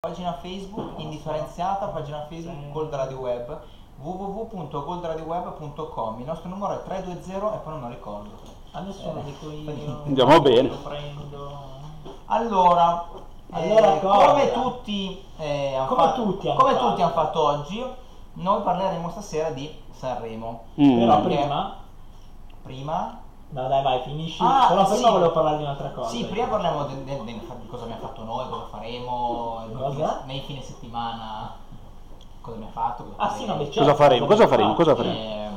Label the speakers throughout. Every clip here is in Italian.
Speaker 1: Pagina Facebook indifferenziata, pagina Facebook Gold Radio Web www.goldradioweb.com Il nostro numero è 320 e poi non me lo ricordo.
Speaker 2: Adesso lo dico io.
Speaker 3: Andiamo bene.
Speaker 2: Lo prendo.
Speaker 1: Allora,
Speaker 2: Allora
Speaker 1: eh,
Speaker 2: cosa?
Speaker 1: come tutti, eh, han
Speaker 2: Come
Speaker 1: fa-
Speaker 2: tutti hanno
Speaker 1: come
Speaker 2: fatto.
Speaker 1: tutti hanno fatto oggi, noi parleremo stasera di Sanremo.
Speaker 3: Mm.
Speaker 2: Però
Speaker 1: Mm.
Speaker 2: prima.
Speaker 1: Prima
Speaker 2: No dai vai, finisci.
Speaker 1: Ah,
Speaker 2: Però
Speaker 1: sì.
Speaker 2: prima volevo parlare di un'altra cosa.
Speaker 1: Sì, prima parliamo de- de- de- di cosa abbiamo fatto noi, cosa faremo nei
Speaker 2: Cosa?
Speaker 1: fine- nei fine settimana, cosa abbiamo fatto. cosa
Speaker 2: Ah sì, no,
Speaker 1: faremo.
Speaker 2: beh, certo.
Speaker 3: Cosa faremo? Cosa faremo? Cosa faremo?
Speaker 1: Eh,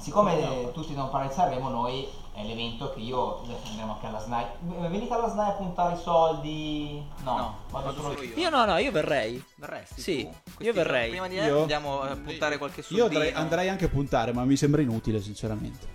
Speaker 1: siccome eh, tutti non parlano di Sanremo, noi è l'evento che io adesso andremo anche alla SNAI. V- eh, Venite alla SNAI a puntare i soldi. No,
Speaker 4: No,
Speaker 1: vado solo io.
Speaker 5: Io no, no, io verrei.
Speaker 4: Verresti
Speaker 5: Sì,
Speaker 4: tu?
Speaker 5: io
Speaker 4: Questi-
Speaker 5: verrei.
Speaker 4: Prima di
Speaker 6: Io?
Speaker 4: andiamo a puntare qualche
Speaker 6: Io
Speaker 4: soldino.
Speaker 6: andrei, andrei anche a puntare, ma mi sembra inutile, sinceramente.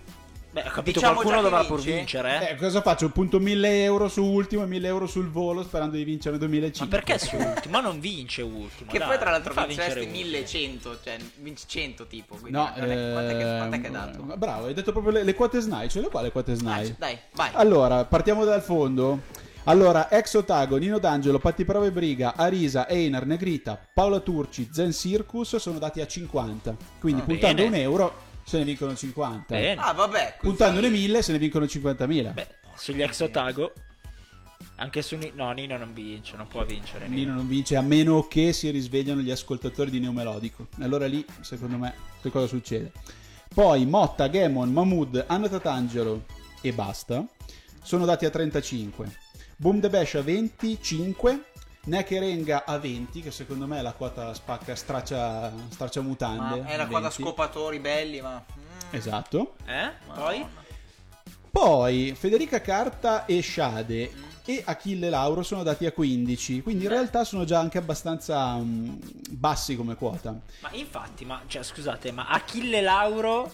Speaker 5: Beh, ho capito,
Speaker 4: Diciamo già
Speaker 5: qualcuno
Speaker 4: chi
Speaker 5: dovrà
Speaker 4: vince?
Speaker 5: pur vincere, eh.
Speaker 6: Eh, cosa faccio? Punto 1000 euro su ultimo e 1000 euro sul volo sperando di vincere 2005.
Speaker 5: Ma perché su ultimo? Ma non vince ultimo.
Speaker 4: Che
Speaker 5: dai,
Speaker 4: poi tra l'altro
Speaker 5: fa
Speaker 4: vincesti
Speaker 5: vincere ultimo.
Speaker 4: 1100, cioè vinci 100 tipo. Quindi
Speaker 6: No,
Speaker 4: non è che- quant'è che, quant'è che hai
Speaker 6: ehm,
Speaker 4: dato? Ah,
Speaker 6: ma Bravo, hai detto proprio le, le quote SNAI, cioè le quali le quote
Speaker 4: Dai,
Speaker 6: SNAI?
Speaker 4: dai, vai.
Speaker 6: Allora, partiamo dal fondo. Allora, ex Otago, Nino D'Angelo, Patti Prova e Briga, Arisa, Einar, Negrita, Paola Turci, Zen Circus sono dati a 50. Quindi
Speaker 4: Ah,
Speaker 6: puntando
Speaker 5: bene.
Speaker 6: un euro se ne vincono 50.
Speaker 5: Bene.
Speaker 4: Ah, vabbè. così.
Speaker 6: Puntando le 1000 se ne vincono 50.000.
Speaker 5: Beh, sugli ex Otago. Anche su Nino. No, Nino non vince, non può vincere.
Speaker 6: Nino non vince a meno che si risvegliano gli ascoltatori di Neomelodico. Allora lì, secondo me, che cosa succede? Poi Motta, Gemon, Mahmood, Anna Tatangelo e basta. Sono dati a 35. Boom the Bash a 25. Nekerenga a 20, che secondo me è la quota spacca straccia, straccia
Speaker 4: Ma
Speaker 6: mutande.
Speaker 4: è la quota
Speaker 6: 20.
Speaker 4: scopatori belli, ma... mm.
Speaker 6: Esatto.
Speaker 5: Eh? Poi?
Speaker 6: Poi Federica Carta e Shade e Achille Lauro sono dati a 15, quindi in realtà sono già anche abbastanza mm, bassi come quota.
Speaker 5: Ma infatti, ma cioè, scusate, ma Achille Lauro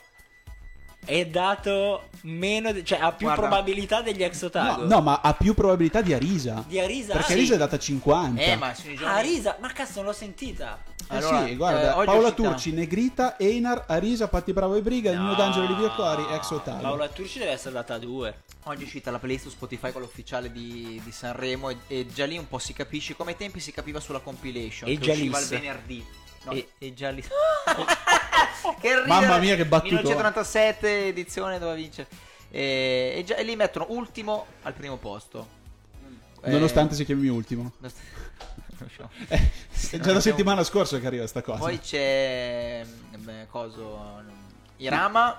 Speaker 5: è dato meno. de- cioè, ha più
Speaker 4: Guarda.
Speaker 5: probabilità degli ex
Speaker 6: No,
Speaker 5: Otago.
Speaker 6: no, ma ha più probabilità di Arisa.
Speaker 5: Di Arisa?
Speaker 6: perché
Speaker 5: sì.
Speaker 6: Arisa è data 50.
Speaker 4: Eh, ma sono i giorni...
Speaker 5: Ah, Arisa, ma cazzo, non l'ho sentita.
Speaker 6: Eh
Speaker 4: Allora,
Speaker 6: sì, guarda,
Speaker 4: eh, oggi è
Speaker 6: Paola
Speaker 4: uscita-
Speaker 6: Turci, Negrita, Einar, Arisa, Patti Bravo e Briga, il mio D'Angelo Livio Cori, ex Ottago.
Speaker 5: Paola Turci deve essere data a due.
Speaker 4: Oggi è uscita la playlist su Spotify, quella ufficiale di, di Sanremo, e, e già lì un po' si capisce, come ai tempi si capiva sulla compilation,
Speaker 5: E
Speaker 4: che
Speaker 5: già
Speaker 4: usciva
Speaker 5: lì.
Speaker 4: il venerdì. No,
Speaker 5: E-
Speaker 4: e, già lì... che ridere!
Speaker 6: Mamma mia, che battuto.
Speaker 4: 1997 edizione dove vince. E, e già- e lì mettono ultimo al primo posto. Eh,
Speaker 6: Nonostante si chiami ultimo.
Speaker 4: nost- non so.
Speaker 6: Eh,
Speaker 4: Sì,
Speaker 6: è
Speaker 4: non
Speaker 6: già la
Speaker 4: abbiamo-
Speaker 6: settimana scorsa che arriva sta cosa.
Speaker 4: Poi c'è... mm, beh, coso...
Speaker 6: Eh,
Speaker 4: Irama.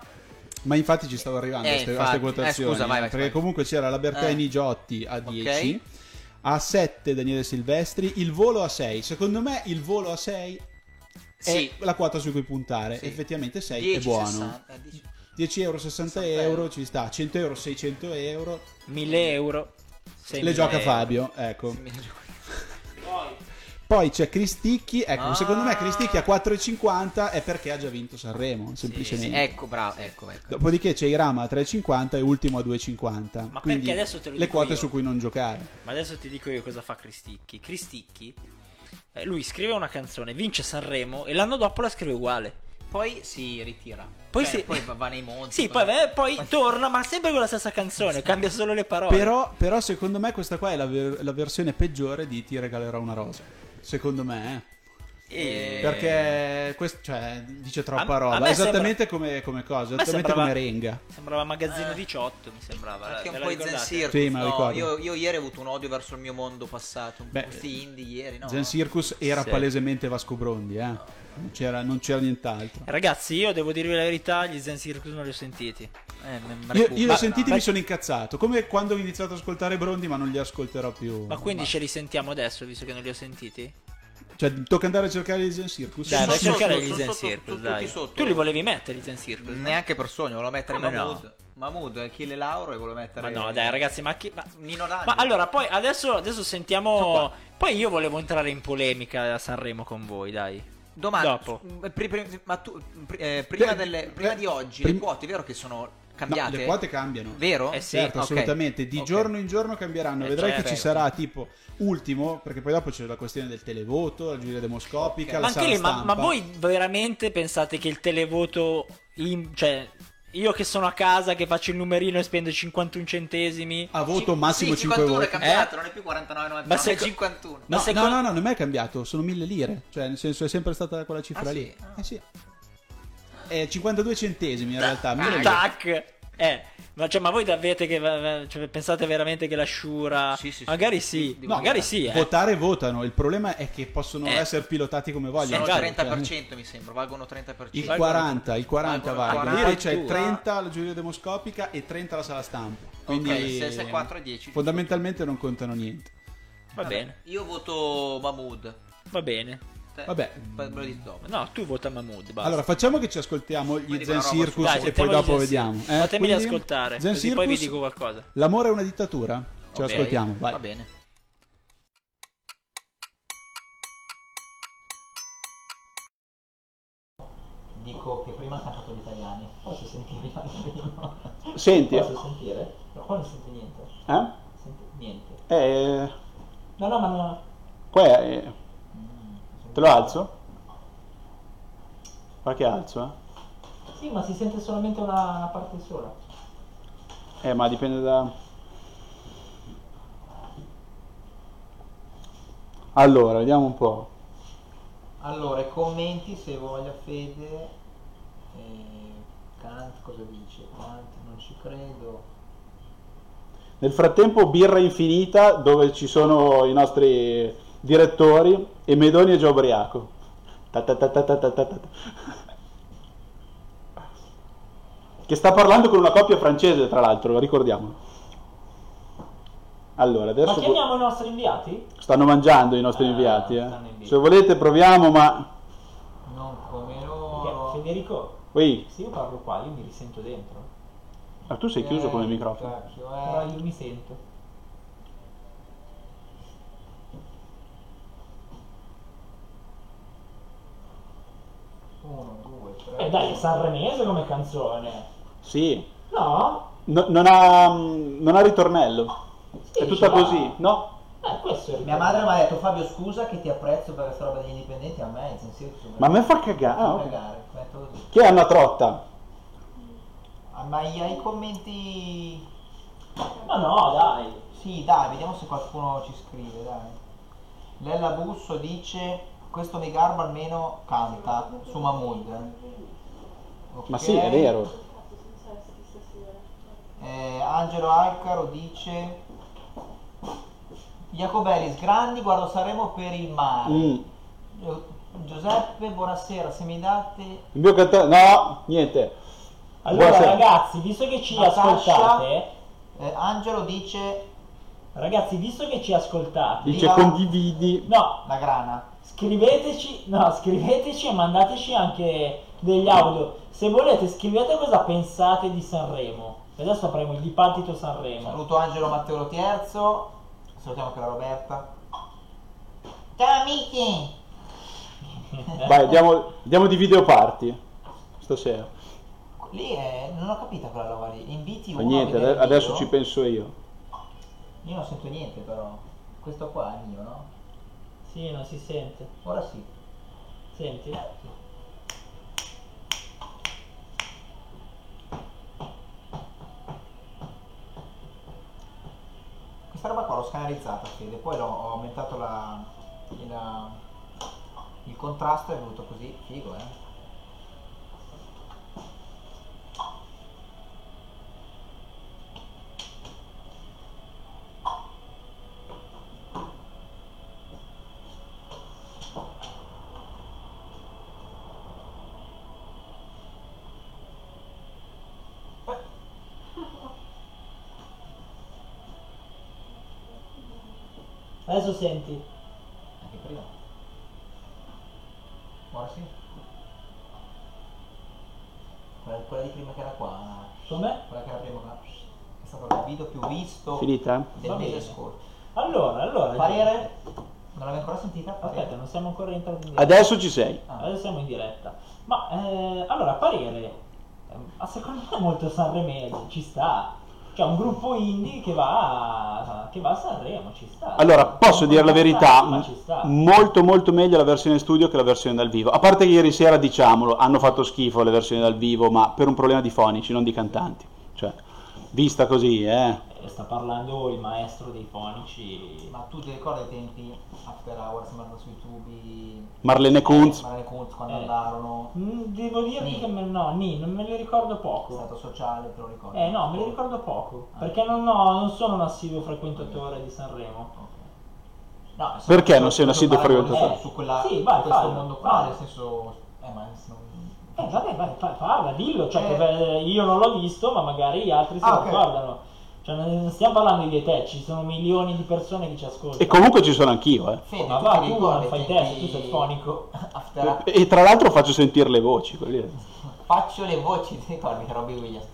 Speaker 6: Ma infatti ci stavo arrivando
Speaker 4: Eh,
Speaker 6: a ste- a
Speaker 4: infatti.
Speaker 6: queste
Speaker 4: Eh,
Speaker 6: votazioni.
Speaker 4: scusa, vai, vai,
Speaker 6: perché
Speaker 4: vai.
Speaker 6: comunque c'era la Bertani
Speaker 4: Eh.
Speaker 6: Giotti a 10.
Speaker 4: Ok.
Speaker 6: A 7 Daniele Silvestri, il volo a 6. Secondo me il volo a 6 è
Speaker 4: Sì.
Speaker 6: la quota su cui puntare.
Speaker 4: Sì.
Speaker 6: eh, Effettivamente 6 è
Speaker 4: 10,
Speaker 6: buono.
Speaker 4: 60, eh, 10.
Speaker 6: 10 euro, 60
Speaker 4: 60
Speaker 6: euro ci sta. 100 euro, 600 euro.
Speaker 5: 1000 euro.
Speaker 6: Le
Speaker 5: 6.000
Speaker 6: gioca
Speaker 5: euro.
Speaker 6: Fabio. Ecco.
Speaker 4: Mi gioco.
Speaker 6: Poi c'è Cristicchi. Ecco,
Speaker 4: Ah.
Speaker 6: secondo me Cristicchi a 4,50 è perché ha già vinto Sanremo. Semplicemente.
Speaker 4: Ecco, bravo, ecco, ecco.
Speaker 6: Dopodiché c'è Irama a 3,50 e ultimo a 2,50.
Speaker 5: Ma
Speaker 6: Quindi
Speaker 5: perché adesso te lo
Speaker 6: le
Speaker 5: dico
Speaker 6: quote
Speaker 5: io.
Speaker 6: su cui non giocare.
Speaker 5: Ma adesso ti dico io cosa fa Cristicchi. Cristicchi, eh, lui scrive una canzone, vince Sanremo e l'anno dopo la scrive uguale.
Speaker 4: Poi si ritira.
Speaker 5: Poi
Speaker 4: Poi,
Speaker 5: si-
Speaker 4: poi va- va nei monti.
Speaker 5: Sì,
Speaker 4: va-
Speaker 5: poi, eh, poi torna, ma sempre con la stessa canzone, cambia solo le parole.
Speaker 6: Però, però secondo me questa qua è la, ver- la versione peggiore di Ti regalerò una rosa. Secondo me, eh.
Speaker 4: E-
Speaker 6: Perché quest- cioè, dice troppa
Speaker 5: A- a
Speaker 6: roba.
Speaker 5: me
Speaker 6: esattamente come, come cosa,
Speaker 5: me
Speaker 6: esattamente
Speaker 5: sembrava-
Speaker 6: come Renga.
Speaker 5: Sembrava Magazzino 18, mi sembrava.
Speaker 4: Eh. Anche un
Speaker 5: ve Ah, la
Speaker 4: po' i Zen
Speaker 5: ricordate?
Speaker 4: Circus.
Speaker 6: Sì, me lo
Speaker 4: no,
Speaker 6: ricordo.
Speaker 4: Io, io ieri ho avuto un odio verso il mio mondo passato. Un
Speaker 6: Beh,
Speaker 4: po' questi indie ieri, no?
Speaker 6: Zen Circus era
Speaker 5: Sì.
Speaker 6: palesemente Vasco Brondi, eh. Non c'era, non c'era nient'altro.
Speaker 5: Ragazzi, io devo dirvi la verità, gli Zen Circus non li ho sentiti.
Speaker 4: Eh, me- me-
Speaker 6: Io,
Speaker 4: recupo.
Speaker 6: io
Speaker 4: Ma-
Speaker 6: l'ho sentito e
Speaker 4: no,
Speaker 6: mi sono incazzato. Come quando ho iniziato ad ascoltare Brondi, ma non li ascolterò più.
Speaker 5: Ma quindi ce li sentiamo adesso, visto che non li ho sentiti?
Speaker 6: Cioè, tocca andare a cercare gli Zen Circus.
Speaker 5: Dai,
Speaker 4: Sono
Speaker 5: vai a
Speaker 4: sotto,
Speaker 5: Cioè, cercare
Speaker 4: sono
Speaker 5: gli Zen
Speaker 4: sotto,
Speaker 5: Circus,
Speaker 4: tutti
Speaker 5: dai.
Speaker 4: sotto.
Speaker 5: Tu li volevi mettere i Zen Circus? no?
Speaker 4: Neanche per sogno, volevo mettere
Speaker 5: Come
Speaker 4: Mahmood. Mahmood, Achille Lauro e volevo
Speaker 5: Ma
Speaker 4: mettere.
Speaker 5: no, dai, ragazzi, ma chi... Ma...
Speaker 4: Nino D'Angelo.
Speaker 5: Ma allora, poi adesso, adesso sentiamo. Poi io volevo entrare in polemica a Sanremo con voi, dai.
Speaker 4: Domani.
Speaker 5: dopo.
Speaker 4: m- pri- pri- ma tu, pri- eh, prima,
Speaker 6: Beh,
Speaker 4: delle-
Speaker 6: beh,
Speaker 4: prima di oggi,
Speaker 6: prim-
Speaker 4: le quote, è vero che sono
Speaker 6: No,
Speaker 4: cambiate?
Speaker 6: le quote cambiano.
Speaker 4: Vero?
Speaker 5: Eh sì,
Speaker 6: certo,
Speaker 4: ok.
Speaker 6: assolutamente. Di
Speaker 4: Ok.
Speaker 6: giorno in giorno cambieranno.
Speaker 5: Eh,
Speaker 6: Vedrai
Speaker 5: certo.
Speaker 6: che ci sarà tipo ultimo, perché poi dopo c'è la questione del televoto, la giuria demoscopica,
Speaker 5: Ma
Speaker 6: la
Speaker 5: anche
Speaker 6: sala
Speaker 5: lì, ma,
Speaker 6: stampa.
Speaker 5: ma voi veramente pensate che il televoto. in- cioè, Io che sono a casa, che faccio il numerino e spendo 51 centesimi. Eh?
Speaker 3: Ha voto massimo
Speaker 6: sì,
Speaker 3: 5
Speaker 6: 51 è
Speaker 3: voti.
Speaker 6: cambiato, non è più 49,99,
Speaker 5: Ma
Speaker 6: ma
Speaker 5: se-
Speaker 6: è 51.
Speaker 5: Ma
Speaker 3: No,
Speaker 5: se-
Speaker 3: no, no, no, non è cambiato, sono 1000 lire, cioè nel senso è sempre stata quella cifra
Speaker 6: Ah,
Speaker 3: lì.
Speaker 6: sì?
Speaker 3: Eh sì. È 52 centesimi in realtà, 1000
Speaker 5: Ah,
Speaker 3: lire.
Speaker 5: Tac! Eh, ma, cioè, ma voi davvero che, cioè, pensate veramente che la Shura...
Speaker 6: Sì, sì, sì.
Speaker 5: magari sì,
Speaker 6: Di- di
Speaker 5: magari
Speaker 6: volontà.
Speaker 5: sì, eh.
Speaker 3: Votare votano, il problema è che possono
Speaker 5: Eh.
Speaker 3: essere pilotati come vogliono.
Speaker 6: Sono il
Speaker 3: cioè,
Speaker 6: 30% mi sembra, valgono 30%.
Speaker 3: Il
Speaker 5: Valgono-
Speaker 3: 40, il 40
Speaker 6: valgono
Speaker 3: valgono.
Speaker 5: 40.
Speaker 3: Lì c'è
Speaker 5: Addirittura.
Speaker 3: 30 la giuria demoscopica e 30 la sala stampa. Quindi
Speaker 6: Ok, se- se è 4 è 10.
Speaker 3: Fondamentalmente non contano niente.
Speaker 5: Va bene,
Speaker 6: Io voto Mahmood.
Speaker 5: va bene.
Speaker 6: Te-
Speaker 3: Vabbè.
Speaker 6: me lo dici dopo.
Speaker 5: No, tu vota Mahmood, basta.
Speaker 3: Allora, facciamo che ci ascoltiamo gli
Speaker 6: Quindi
Speaker 3: Zen
Speaker 6: quella roba
Speaker 3: Circus
Speaker 5: Dai,
Speaker 3: e poi
Speaker 5: sentiamo
Speaker 3: dopo
Speaker 5: gli Zen
Speaker 3: vediamo. eh?
Speaker 5: Circus. Fatemeli
Speaker 3: quindi,
Speaker 5: ascoltare,
Speaker 3: Zen
Speaker 5: così poi vi
Speaker 3: Circus,
Speaker 5: dico qualcosa.
Speaker 3: L'amore è una dittatura? Ce
Speaker 5: Ok,
Speaker 3: l'ascoltiamo, vai.
Speaker 6: Va bene.
Speaker 4: Dico che prima ha cantato gli italiani. Posso sentire anche prima?
Speaker 3: Senti,
Speaker 4: Posso sentire? No, qua non sento niente.
Speaker 3: eh?
Speaker 4: Sento niente.
Speaker 3: Eh,
Speaker 4: No, no, ma no.
Speaker 3: qua è- eh, te lo alzo? Qua che alzo,
Speaker 4: Sì, ma si sente solamente una, una parte sola.
Speaker 3: eh? Eh, ma dipende da... Allora, vediamo un po'.
Speaker 4: Allora, i commenti se voglia Fede. Eh, Kant cosa dice? Kant non ci credo.
Speaker 3: Nel frattempo birra infinita dove ci sono i nostri direttori e Medoni è già ubriaco. Ta ta ta ta ta ta ta ta. Che sta parlando con una coppia francese, tra l'altro, ricordiamolo. Allora,
Speaker 2: Ma
Speaker 3: adesso
Speaker 2: chiamiamo i nostri inviati?
Speaker 3: stanno mangiando i nostri inviati. eh.
Speaker 2: Ah, stanno in via.
Speaker 3: Se volete proviamo, ma...
Speaker 4: Non come
Speaker 2: Perché,
Speaker 4: loro.
Speaker 2: Federico,
Speaker 3: Ui,
Speaker 2: se io parlo qua, io mi risento dentro.
Speaker 3: ma tu sei
Speaker 2: Eh,
Speaker 3: chiuso come microfono.
Speaker 4: Cacchio,
Speaker 2: Però
Speaker 4: eh.
Speaker 2: io mi sento.
Speaker 4: Uno, due, tre.
Speaker 2: Eh dai, è sanremese come canzone.
Speaker 3: Sì,
Speaker 2: No?
Speaker 3: No- non, ha, mm, non ha ritornello.
Speaker 2: Sì,
Speaker 3: È tutta
Speaker 2: ci va.
Speaker 3: così, no?
Speaker 2: Eh, questo è il
Speaker 4: Mia madre mi ha detto Fabio scusa che ti apprezzo per questa roba degli indipendenti, a me in senso
Speaker 3: Ma a me fa cagare. ah,
Speaker 4: fa
Speaker 3: ok.
Speaker 4: cagare, metto così.
Speaker 3: Chi è una trotta?
Speaker 4: Ah, Ma i ai commenti
Speaker 2: Ma no, dai.
Speaker 4: Sì, dai, vediamo se qualcuno ci scrive, dai. Lella Busso dice questo mi garba almeno canta su Mahmood. Ok.
Speaker 3: Ma sì, è vero.
Speaker 4: Eh, Angelo Alcaro dice Jacobelli sgrandi, guardo Saremo per il mare.
Speaker 3: Mm.
Speaker 4: Gio- Giuseppe, buonasera, se mi date
Speaker 3: Il mio cantante. No, niente.
Speaker 2: Allora,
Speaker 3: Buonasera.
Speaker 2: ragazzi, visto che ci
Speaker 4: Natascia.
Speaker 2: ascoltate,
Speaker 4: Eh, Angelo dice
Speaker 2: ragazzi, visto che ci ascoltate,
Speaker 3: Dice
Speaker 4: viva-
Speaker 3: condividi.
Speaker 2: no,
Speaker 4: la grana.
Speaker 2: scriveteci, no, scriveteci e mandateci anche degli audio. Se volete, scrivete cosa pensate di Sanremo. E Adesso avremo il dibattito Sanremo.
Speaker 4: Saluto Angelo Matteo Tierzo. Salutiamo anche la Roberta. Ciao amici!
Speaker 3: Vai, andiamo, andiamo di video party. Stasera.
Speaker 4: Lì è. non ho capito quella roba lì. Inviti
Speaker 3: Ma
Speaker 4: uno.
Speaker 3: niente,
Speaker 4: a vedere
Speaker 3: ade-
Speaker 4: il
Speaker 3: adesso
Speaker 4: video?
Speaker 3: ci penso io.
Speaker 4: Io non sento niente però. Questo qua è mio, no?
Speaker 2: Sì, non si sente.
Speaker 4: Ora sì.
Speaker 2: Senti?
Speaker 4: Questa roba qua l'ho scanalizzata, Fede, poi l'ho, ho aumentato la, la- il contrasto e è venuto così, figo eh.
Speaker 2: Adesso senti.
Speaker 4: Anche prima. Ora sì. Quella, quella di prima che era qua.
Speaker 2: Come?
Speaker 4: Quella che era prima qua. È stato il video più visto
Speaker 3: Finita?
Speaker 4: del
Speaker 2: Va
Speaker 4: mese
Speaker 2: bene.
Speaker 4: scorso.
Speaker 2: Allora, allora.
Speaker 4: Parere? Non l'avevo ancora sentita?
Speaker 2: Aspetta, non siamo ancora entrati in diretta.
Speaker 3: Adesso ci sei.
Speaker 4: Ah.
Speaker 2: Adesso siamo in diretta. ehm, Ma eh, allora, parere. eh, Ma secondo me è molto sanremese, ci sta. Cioè, un gruppo indie che va a, che va a Sanremo, ci sta.
Speaker 3: Allora, posso
Speaker 2: Non
Speaker 3: dire la
Speaker 2: sta,
Speaker 3: verità,
Speaker 2: ma ci sta.
Speaker 3: molto molto meglio la versione studio che la versione dal vivo. A parte che ieri sera, diciamolo, hanno fatto schifo le versioni dal vivo, ma per un problema di fonici, non di cantanti. Cioè, vista così, eh.
Speaker 2: Eh, Sta parlando il maestro dei fonici.
Speaker 1: Ma tu ti ricordi i tempi After Hours, Marlene sui tubi,
Speaker 3: Marlene Kunz.
Speaker 1: Marlene Kunz quando
Speaker 2: Eh.
Speaker 1: andarono,
Speaker 2: Mm, Devo dirti
Speaker 1: Ni.
Speaker 2: che me, no, ni, non me le ricordo
Speaker 1: è
Speaker 2: poco.
Speaker 1: stato sociale, te lo ricordi?
Speaker 2: Eh no, me le ricordo poco. Perché non, ho- non sono un assiduo frequentatore di Sanremo.
Speaker 1: Ok. No, nel
Speaker 3: Perché
Speaker 1: senso,
Speaker 3: non sei
Speaker 1: proprio
Speaker 3: un assiduo
Speaker 1: parlando
Speaker 3: frequentatore?
Speaker 1: Su, su quella,
Speaker 2: Eh. Sì,
Speaker 1: su
Speaker 2: vai,
Speaker 1: questo
Speaker 2: fallo,
Speaker 1: mondo qua,
Speaker 2: fallo.
Speaker 1: nel senso... Eh, ma se non-
Speaker 2: Eh vabbè, vai, fa- parla, dillo, cioè,
Speaker 1: Eh.
Speaker 2: che beh, io non l'ho visto, ma magari gli altri se
Speaker 1: Ah,
Speaker 2: lo
Speaker 1: ok.
Speaker 2: ricordano. Cioè, non stiamo parlando di te, ci sono milioni di persone che ci ascoltano. Oh,
Speaker 3: E comunque ci sono anch'io, eh.
Speaker 1: Fede,
Speaker 2: Ma
Speaker 1: tu
Speaker 2: va,
Speaker 1: ti
Speaker 2: tu
Speaker 1: ricordi
Speaker 2: non fai
Speaker 1: i
Speaker 2: testo,
Speaker 1: tempi-
Speaker 2: tu sei fonico.
Speaker 1: After...
Speaker 3: E tra l'altro faccio sentire le voci, quelli-
Speaker 1: Faccio le voci, ti ricordi che Robbie Williams?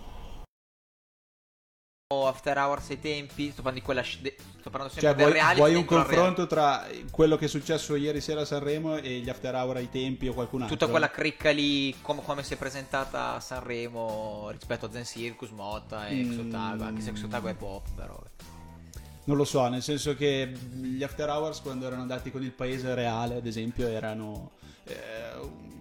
Speaker 4: O Oh, After Hours ai tempi, sto parlando di quella sc- de- sto parlando sempre
Speaker 6: Cioè,
Speaker 4: del
Speaker 6: vuoi,
Speaker 4: reality
Speaker 6: vuoi un
Speaker 4: dentro al reality.
Speaker 6: confronto tra quello che è successo ieri sera a Sanremo e gli after hour ai tempi o qualcun altro?
Speaker 4: Tutta quella cricca lì, com- come si è presentata a Sanremo rispetto a Zen Circus, Motta e
Speaker 6: Mm.
Speaker 4: Exotago, anche se Exotago è pop, però.
Speaker 6: Non lo so, nel senso che mm, gli after hours quando erano andati con il paese reale, ad esempio, erano eh,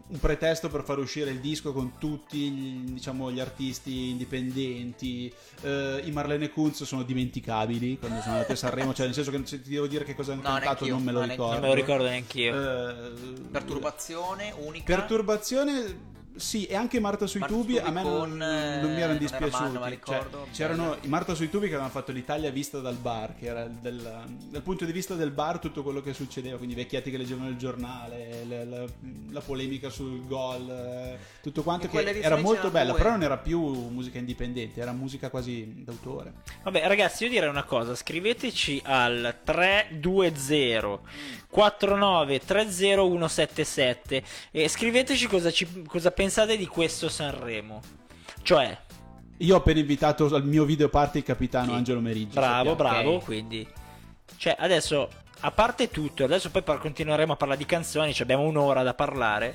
Speaker 6: un pretesto per far uscire il disco con tutti gli, diciamo, gli artisti indipendenti. Eh, I Marlene Kunz sono dimenticabili quando sono andati a Sanremo, cioè nel senso che se ti devo dire che cosa hanno
Speaker 4: No,
Speaker 6: cantato
Speaker 4: neanch'io,
Speaker 6: non me lo
Speaker 4: no, neanch'io.
Speaker 6: ricordo.
Speaker 5: Non me lo ricordo neanche io.
Speaker 6: Eh,
Speaker 4: Perturbazione, unica.
Speaker 6: Perturbazione, sì, e anche Marta sui
Speaker 4: Marta
Speaker 6: tubi
Speaker 4: sui
Speaker 6: a me
Speaker 4: tubi
Speaker 6: non,
Speaker 4: con, eh,
Speaker 6: non mi
Speaker 4: non era
Speaker 6: erano dispiaciuti.
Speaker 4: Manno, ma
Speaker 6: Cioè,
Speaker 4: ricordo,
Speaker 6: c'erano i Marta sui tubi che avevano fatto l'Italia vista dal bar, che era del, dal punto di vista del bar tutto quello che succedeva, quindi i vecchietti che leggevano il giornale, le- la, la polemica sul gol, eh, tutto quanto
Speaker 4: In
Speaker 6: che
Speaker 4: quella
Speaker 6: era
Speaker 4: edizione
Speaker 6: molto
Speaker 4: c'erano
Speaker 6: bella,
Speaker 4: due.
Speaker 6: però non era più musica indipendente, era musica quasi d'autore.
Speaker 5: Vabbè, ragazzi, io direi una cosa: scriveteci al 320 4930177 e scriveteci cosa, ci- cosa pensate di questo Sanremo. Cioè,
Speaker 6: Io ho appena invitato al mio video party il capitano
Speaker 5: Sì.
Speaker 6: Angelo Meriggi.
Speaker 5: bravo,
Speaker 6: sappiamo.
Speaker 5: bravo.
Speaker 4: ok.
Speaker 5: Quindi, cioè, adesso a parte tutto, adesso poi par- continueremo a parlare di canzoni. ci abbiamo un'ora da parlare.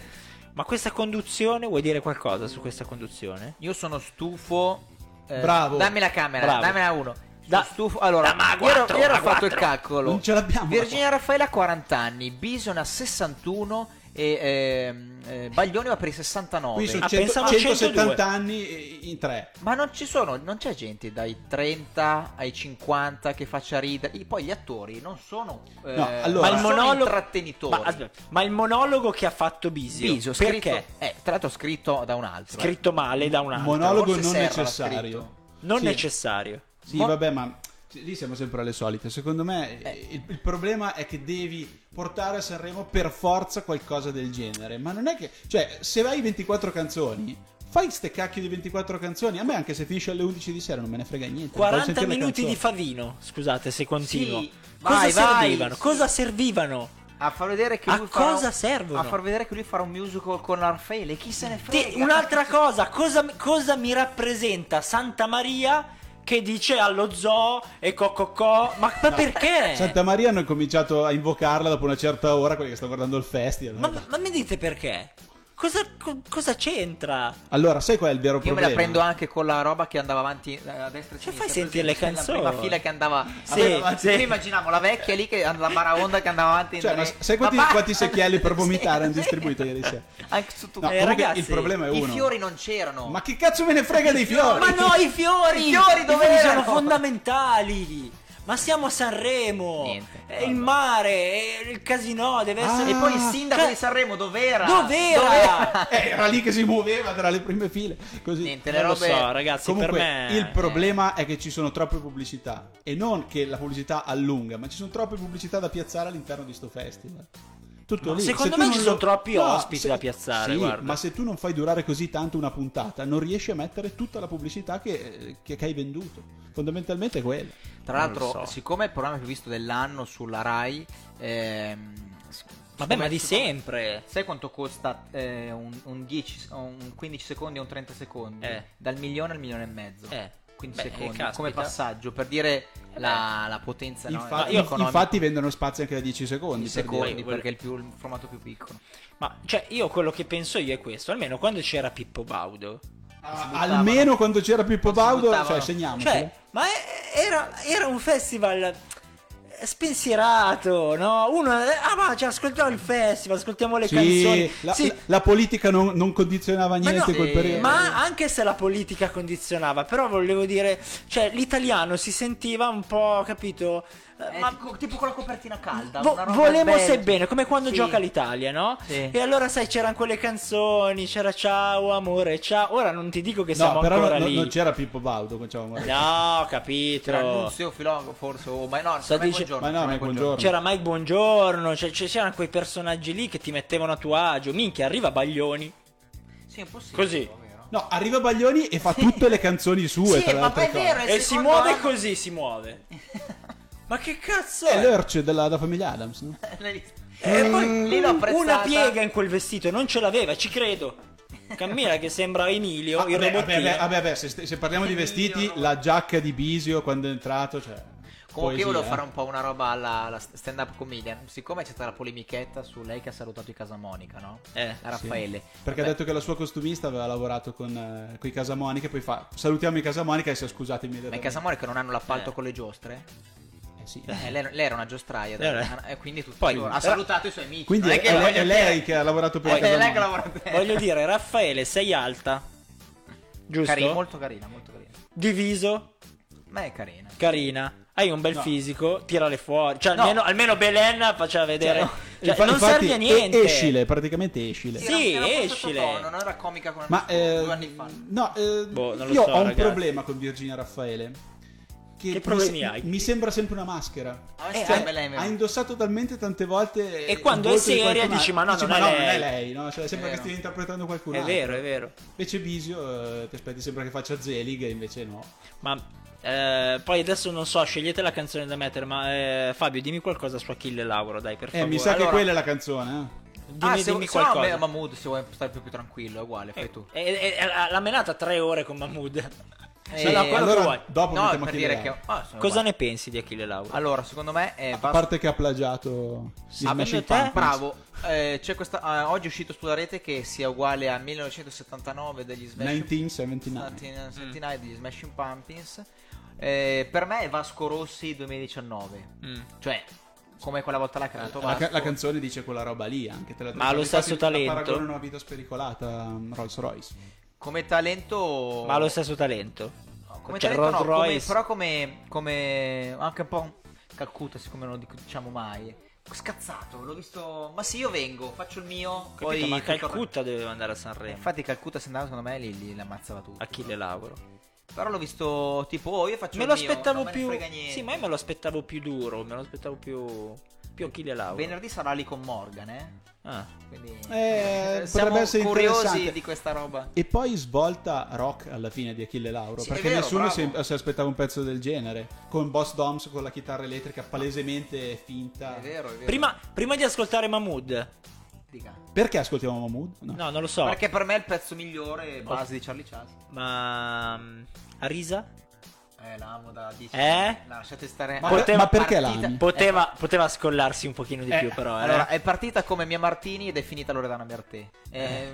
Speaker 5: Ma questa conduzione, vuoi dire qualcosa su questa conduzione?
Speaker 4: Io sono stufo. eh,
Speaker 6: Bravo.
Speaker 4: Dammi la camera,
Speaker 5: Bravo.
Speaker 4: dammi la 1.
Speaker 5: Da-
Speaker 4: stufo. Allora,
Speaker 5: da ma
Speaker 4: io ero-
Speaker 5: quattro,
Speaker 4: io ero
Speaker 5: ma
Speaker 4: fatto il
Speaker 5: quattro.
Speaker 4: calcolo.
Speaker 6: Non ce l'abbiamo.
Speaker 4: Virginia Raffaella ha 40 anni, Bison ha 61 e ehm, eh, Baglioni va per i 69.
Speaker 6: Qui sono
Speaker 5: Ah,
Speaker 6: cento-
Speaker 5: pensavo
Speaker 6: 170
Speaker 5: 102.
Speaker 6: anni eh, in tre.
Speaker 4: Ma non ci sono, non c'è gente dai 30 ai 50 che faccia ridere. I- Poi gli attori non sono, eh,
Speaker 6: No, allora-
Speaker 4: ma
Speaker 6: il
Speaker 4: sono
Speaker 5: ma,
Speaker 4: intrattenitori.
Speaker 5: aspetta, ma il monologo che ha fatto Bisio,
Speaker 4: Biso,
Speaker 5: perché?
Speaker 4: scritto- eh, tra l'altro scritto da un altro. eh.
Speaker 5: Scritto male da un altro.
Speaker 6: Monologo
Speaker 4: forse
Speaker 6: non
Speaker 4: Serra l'ha
Speaker 6: necessario.
Speaker 4: scritto.
Speaker 5: non
Speaker 6: Sì.
Speaker 5: necessario.
Speaker 6: Sì,
Speaker 4: Mo-
Speaker 6: vabbè, ma lì siamo sempre alle solite. Secondo me
Speaker 4: Eh.
Speaker 6: il, il problema è che devi portare a Sanremo per forza qualcosa del genere. Ma non è che... Cioè, se hai 24 canzoni, fai ste cacchio di 24 canzoni. A me anche se finisce alle 11 di sera non me ne frega niente. voglio
Speaker 5: 40
Speaker 6: sentire le
Speaker 5: minuti
Speaker 6: canzoni.
Speaker 5: di Favino, scusate se continuo.
Speaker 4: Sì,
Speaker 5: cosa
Speaker 4: vai, vai.
Speaker 5: servivano? Cosa servivano?
Speaker 4: A far vedere che
Speaker 5: A
Speaker 4: lui farà-
Speaker 5: cosa servono?
Speaker 4: A far vedere che lui farà un musical con la Raffaele. Chi se ne frega?
Speaker 5: Ti- un'altra cosa, cosa, cosa mi rappresenta Santa Maria che dice allo zoo e cococò? Ma, ma
Speaker 4: Eh.
Speaker 5: perché?
Speaker 6: Santa Maria hanno cominciato a invocarla dopo una certa ora, quelli che stanno guardando il festival.
Speaker 5: ma, ma mi dite perché? Cosa, co- cosa c'entra?
Speaker 6: Allora, sai qual è il vero
Speaker 4: Io me
Speaker 6: problema?
Speaker 4: la prendo anche con la roba che andava avanti eh, a destra e a sinistra.
Speaker 5: Cioè, fai sentire le
Speaker 4: C'era
Speaker 5: canzoni.
Speaker 4: La prima fila che andava.
Speaker 5: Sì,
Speaker 4: Allora,
Speaker 5: sì.
Speaker 4: Noi immaginiamo la vecchia lì che la baraonda che andava avanti. in
Speaker 6: Cioè,
Speaker 4: tre.
Speaker 6: ma sai quanti-
Speaker 4: basta!
Speaker 6: quanti secchielli per vomitare hanno
Speaker 4: Sì,
Speaker 6: distribuito ieri sera?
Speaker 4: Anche su tutto.
Speaker 6: No,
Speaker 5: Eh,
Speaker 6: comunque
Speaker 5: ragazzi,
Speaker 6: il problema è
Speaker 4: I
Speaker 6: uno.
Speaker 4: fiori non c'erano.
Speaker 6: Ma che cazzo me ne frega dei fiori?
Speaker 5: Ma no, i fiori!
Speaker 4: I fiori dove
Speaker 5: sono
Speaker 4: erano?
Speaker 5: fondamentali! Ma siamo a Sanremo!
Speaker 4: Niente,
Speaker 5: Eh,
Speaker 4: vabbè.
Speaker 5: il mare, eh, il casino deve
Speaker 6: Ah,
Speaker 5: essere.
Speaker 4: E poi il sindaco
Speaker 5: Ca-
Speaker 4: di Sanremo dov'era?
Speaker 5: Dov'era?
Speaker 6: Eh, era lì che si muoveva tra le prime file. Così.
Speaker 4: Niente, le
Speaker 5: Non lo
Speaker 4: robe.
Speaker 5: so, ragazzi,
Speaker 6: Comunque,
Speaker 5: per me.
Speaker 6: il problema è che ci sono troppe pubblicità. E non che la pubblicità allunga, ma ci sono troppe pubblicità da piazzare all'interno di sto festival. Tutto
Speaker 5: Ma
Speaker 6: lì.
Speaker 5: secondo
Speaker 6: Se tu
Speaker 5: me
Speaker 6: non
Speaker 5: ci
Speaker 6: lo-
Speaker 5: sono troppi ospiti da piazzare,
Speaker 6: sì,
Speaker 5: guarda.
Speaker 6: Ma se tu non fai durare così tanto una puntata, non riesci a mettere tutta la pubblicità che, che- che hai venduto. Fondamentalmente è quello.
Speaker 4: Tra l'altro,
Speaker 5: Non lo so.
Speaker 4: siccome è il programma più visto dell'anno sulla Rai, ehm, sic-
Speaker 5: Vabbè, ma di
Speaker 4: siccome-
Speaker 5: sempre.
Speaker 4: Sai quanto costa eh, un, un 10, un 15 secondi e un 30 secondi?
Speaker 5: Eh.
Speaker 4: Dal milione al milione e mezzo.
Speaker 5: Eh.
Speaker 4: 15
Speaker 5: Beh,
Speaker 4: secondi
Speaker 5: caspita.
Speaker 4: come passaggio per dire
Speaker 5: Eh
Speaker 4: la, la potenza no,
Speaker 6: infatti,
Speaker 5: io-
Speaker 4: economica.
Speaker 6: infatti vendono spazi anche da 10 secondi.
Speaker 4: Di
Speaker 6: per dire.
Speaker 4: secondi
Speaker 5: dire.
Speaker 4: perché è il, più, il formato più piccolo.
Speaker 5: Ma cioè, io quello che penso io è questo. Almeno quando c'era Pippo Baudo,
Speaker 4: buttavano.
Speaker 6: Ah, Almeno quando c'era Pippo Baudo,
Speaker 4: buttavano.
Speaker 6: cioè segniamocelo.
Speaker 5: Cioè, ma è- era, era un festival eh, spensierato, no? Uno, eh, ah ma ci ascoltiamo il festival, ascoltiamo le canzoni.
Speaker 6: sì, la,
Speaker 5: Sì,
Speaker 6: la- la politica non, non condizionava
Speaker 5: ma,
Speaker 6: niente
Speaker 5: no,
Speaker 6: quel
Speaker 5: eh,
Speaker 6: periodo.
Speaker 5: ma anche se la politica condizionava, però volevo dire, cioè l'italiano si sentiva un po', capito? Eh,
Speaker 4: Eh,
Speaker 5: ma
Speaker 4: tipo, tipo con la copertina calda.
Speaker 5: Vo-
Speaker 4: una roba
Speaker 5: volevo
Speaker 4: bella.
Speaker 5: se bene, come quando
Speaker 4: Sì.
Speaker 5: gioca l'Italia, no?
Speaker 4: Sì.
Speaker 5: E allora sai, c'erano quelle canzoni, c'era ciao amore, ciao. Ora non ti dico che siamo
Speaker 6: no, però
Speaker 5: ancora
Speaker 6: no-
Speaker 5: lì.
Speaker 6: non c'era Pippo Baudo. diciamo, guarda.
Speaker 5: No,
Speaker 4: Era
Speaker 5: capito.
Speaker 4: Nunzio, Filongo, forse. o- ma no,
Speaker 5: Sto
Speaker 4: non è
Speaker 5: dice-
Speaker 4: buongiorno.
Speaker 6: ma no,
Speaker 4: non è
Speaker 6: ma è buongiorno.
Speaker 5: C'era Mike Buongiorno, cioè, c- c'erano quei personaggi lì che ti mettevano a tuo agio. Minchia, arriva Baglioni.
Speaker 4: Sì, è possibile.
Speaker 5: Così.
Speaker 4: è vero.
Speaker 6: No, arriva Baglioni e fa tutte le canzoni sue.
Speaker 4: Sì,
Speaker 6: tra
Speaker 4: ma
Speaker 6: l'altro, ecco.
Speaker 4: poi è vero. è
Speaker 6: Eh,
Speaker 4: il
Speaker 5: E si
Speaker 4: secondo
Speaker 5: muove
Speaker 4: anno-
Speaker 5: così, si muove. Ma che cazzo
Speaker 4: Eh,
Speaker 6: È
Speaker 5: è? Eh,
Speaker 6: l'Urch della da famiglia Adams. no?
Speaker 4: E poi mm,
Speaker 6: Eh,
Speaker 4: lì l'ho apprezzata.
Speaker 5: Una piega in quel vestito, non ce l'aveva, ci credo. Cammina che sembra Emilio,
Speaker 6: Ah,
Speaker 5: il
Speaker 6: vabbè,
Speaker 5: robottino.
Speaker 6: vabbè, vabbè, vabbè, se, st- se parliamo di vestiti,
Speaker 4: Io no.
Speaker 6: la giacca di Bisio quando è entrato, cioè.
Speaker 4: Comunque
Speaker 6: poesia,
Speaker 4: io volevo
Speaker 6: eh.
Speaker 4: fare un po' una roba alla, alla stand up comedian. Siccome c'è stata la polemichetta su lei che ha salutato i Casamonica, no?
Speaker 5: Eh,
Speaker 4: La
Speaker 6: Sì.
Speaker 4: Raffaele.
Speaker 6: Perché ha detto che la sua costumista aveva lavorato con, i Casamonica e poi fa salutiamo i Casamonica e si è scusati
Speaker 4: Ma i
Speaker 6: immediatamente.
Speaker 4: Casamonica non hanno l'appalto
Speaker 5: Eh.
Speaker 4: con le giostre?
Speaker 6: Eh, sì.
Speaker 4: Eh, lei, lei era una giostraia.
Speaker 5: Eh,
Speaker 4: dai. Ah, e quindi tutto
Speaker 5: Poi-
Speaker 4: ha salutato i suoi amici.
Speaker 6: eh, Quindi
Speaker 4: Non
Speaker 6: è,
Speaker 4: che
Speaker 6: è
Speaker 4: voglio
Speaker 6: lei, è
Speaker 4: dire-
Speaker 6: lei che ha lavorato per
Speaker 4: Eh,
Speaker 6: i
Speaker 4: è lei che
Speaker 6: Casamonica.
Speaker 4: lavora per te.
Speaker 5: Voglio dire, Raffaele, sei alta. Giusto?
Speaker 4: Carina, molto carina, molto carina.
Speaker 5: Diviso,
Speaker 4: Ma è carina.
Speaker 5: carina. Hai un bel
Speaker 6: No.
Speaker 5: fisico, tirale fuori. Cioè,
Speaker 4: No.
Speaker 5: almeno, almeno Belen faceva vedere.
Speaker 4: Cioè, no.
Speaker 5: Cioè,
Speaker 6: Infa-
Speaker 5: non
Speaker 6: infatti,
Speaker 5: serve a niente.
Speaker 6: e- Escile, praticamente escile.
Speaker 5: Sì, esci lei.
Speaker 4: Non era comica come
Speaker 6: Ma eh,
Speaker 4: due anni fa.
Speaker 6: no, eh,
Speaker 5: Boh, non lo
Speaker 6: io
Speaker 5: so,
Speaker 6: ho un
Speaker 5: ragazzi.
Speaker 6: problema con Virginia Raffaele.
Speaker 5: Che
Speaker 6: mi
Speaker 5: problemi
Speaker 6: se-
Speaker 5: hai?
Speaker 6: Mi sembra sempre una maschera. Cioè,
Speaker 4: Ma
Speaker 5: eh,
Speaker 4: è
Speaker 5: eh,
Speaker 4: sempre lei,
Speaker 6: Ha
Speaker 4: vero?
Speaker 6: indossato talmente tante volte.
Speaker 5: E quando
Speaker 6: il
Speaker 5: è
Speaker 6: volto di
Speaker 5: seria
Speaker 6: qualcun
Speaker 5: dici,
Speaker 6: altro.
Speaker 5: "Ma no, non è
Speaker 6: non
Speaker 5: lei."
Speaker 6: è lei", no? Cioè, sembra
Speaker 4: È
Speaker 6: che
Speaker 4: vero.
Speaker 6: stia interpretando qualcun
Speaker 5: È
Speaker 6: altro.
Speaker 5: vero, è vero.
Speaker 6: Invece Bisio eh, ti aspetti sempre che faccia Zelig e invece no.
Speaker 5: Ma eh, poi adesso non so, scegliete la canzone da mettere. Ma eh, Fabio, dimmi qualcosa su Achille Lauro, dai, per
Speaker 6: Eh,
Speaker 5: favore.
Speaker 6: mi sa che
Speaker 4: allora-
Speaker 6: quella è la canzone. eh.
Speaker 5: Dimmi,
Speaker 4: Ah, se,
Speaker 5: dimmi
Speaker 4: se no,
Speaker 5: qualcosa.
Speaker 4: me- Mahmood, se vuoi stare più, più tranquillo, è uguale, fai tu.
Speaker 5: Eh, eh, eh, l'ha menata tre ore con Mahmood.
Speaker 4: Eh,
Speaker 5: Sì, no, quello che
Speaker 6: allora,
Speaker 5: vuoi.
Speaker 6: dopo
Speaker 4: no,
Speaker 6: mettiamo
Speaker 4: per
Speaker 6: Achille
Speaker 4: dire che...
Speaker 6: Lauro.
Speaker 4: ah, sono
Speaker 5: Cosa
Speaker 4: uguali.
Speaker 5: ne pensi di Achille Lauro?
Speaker 4: Allora, secondo me eh, è...
Speaker 6: A parte che ha plagiato gli
Speaker 5: Ah,
Speaker 6: Smashing
Speaker 5: secondo te?
Speaker 6: Pumpkins.
Speaker 4: Bravo, eh, c'è questa, eh, oggi è uscito sulla rete che sia uguale a 1979 degli Smashing
Speaker 6: 1979.
Speaker 5: Mm.
Speaker 4: 1979 degli Smashing Pumpkins. Eh, per me è Vasco Rossi 2019.
Speaker 5: Mm.
Speaker 4: Cioè, come quella volta l'ha creato
Speaker 6: La,
Speaker 4: Vasco.
Speaker 6: ca- la canzone dice quella roba lì anche. Te la
Speaker 5: Ma ha lo
Speaker 6: infatti
Speaker 5: stesso talento?
Speaker 6: La paragonano a vita spericolata um, Rolls Royce.
Speaker 4: Come talento...
Speaker 5: Ma ha lo stesso talento.
Speaker 4: Come
Speaker 5: Cioè,
Speaker 4: talento no,
Speaker 5: Rolls
Speaker 4: come-
Speaker 5: Royce.
Speaker 4: però come, come anche un po' Calcutta, siccome non lo dic- diciamo mai. Scazzato, l'ho visto. Ma sì, io vengo, faccio il mio.
Speaker 5: Capito?
Speaker 4: poi
Speaker 5: ma
Speaker 4: tutto-
Speaker 5: Calcutta doveva andare a
Speaker 4: Eh,
Speaker 5: Sanremo.
Speaker 4: Infatti, Calcutta se andava secondo me lì, lì l'ammazzava tutto.
Speaker 5: Achille Lauro.
Speaker 4: Però l'ho visto tipo, oh, io faccio
Speaker 5: me
Speaker 4: il
Speaker 5: lo
Speaker 4: mio,
Speaker 5: aspettavo
Speaker 4: non me ne
Speaker 5: più
Speaker 4: frega niente.
Speaker 5: sì ma io me lo aspettavo più duro me lo aspettavo più più Achille Lauro
Speaker 4: Venerdì sarà lì con Morgan, eh.
Speaker 5: ah.
Speaker 4: Quindi
Speaker 6: Eh,
Speaker 4: siamo
Speaker 6: potrebbe essere
Speaker 4: curiosi
Speaker 6: interessante.
Speaker 4: di questa roba.
Speaker 6: E poi svolta rock alla fine di Achille Lauro.
Speaker 4: Sì, è
Speaker 6: perché
Speaker 4: vero,
Speaker 6: nessuno
Speaker 4: bravo.
Speaker 6: si, si aspettava un pezzo del genere. Con Boss Doms con la chitarra elettrica palesemente finta.
Speaker 4: È vero, è vero.
Speaker 5: prima, prima di ascoltare Mahmood
Speaker 4: Dica.
Speaker 6: Perché ascoltiamo Mahmood? No.
Speaker 5: no non lo so
Speaker 4: Perché per me è il pezzo migliore base di Charlie Chas.
Speaker 5: ma mm, Arisa
Speaker 4: Eh, l'amo da 10
Speaker 5: Eh?
Speaker 4: anni. Lasciate stare.
Speaker 6: Ma,
Speaker 5: Poteva-
Speaker 6: ma perché
Speaker 4: partita-
Speaker 6: l'ami?
Speaker 5: poteva, Eh, poteva scollarsi un pochino di
Speaker 6: Eh,
Speaker 5: più però eh.
Speaker 4: Allora, è partita come Mia Martini ed è finita Loredana Bertè. Eh,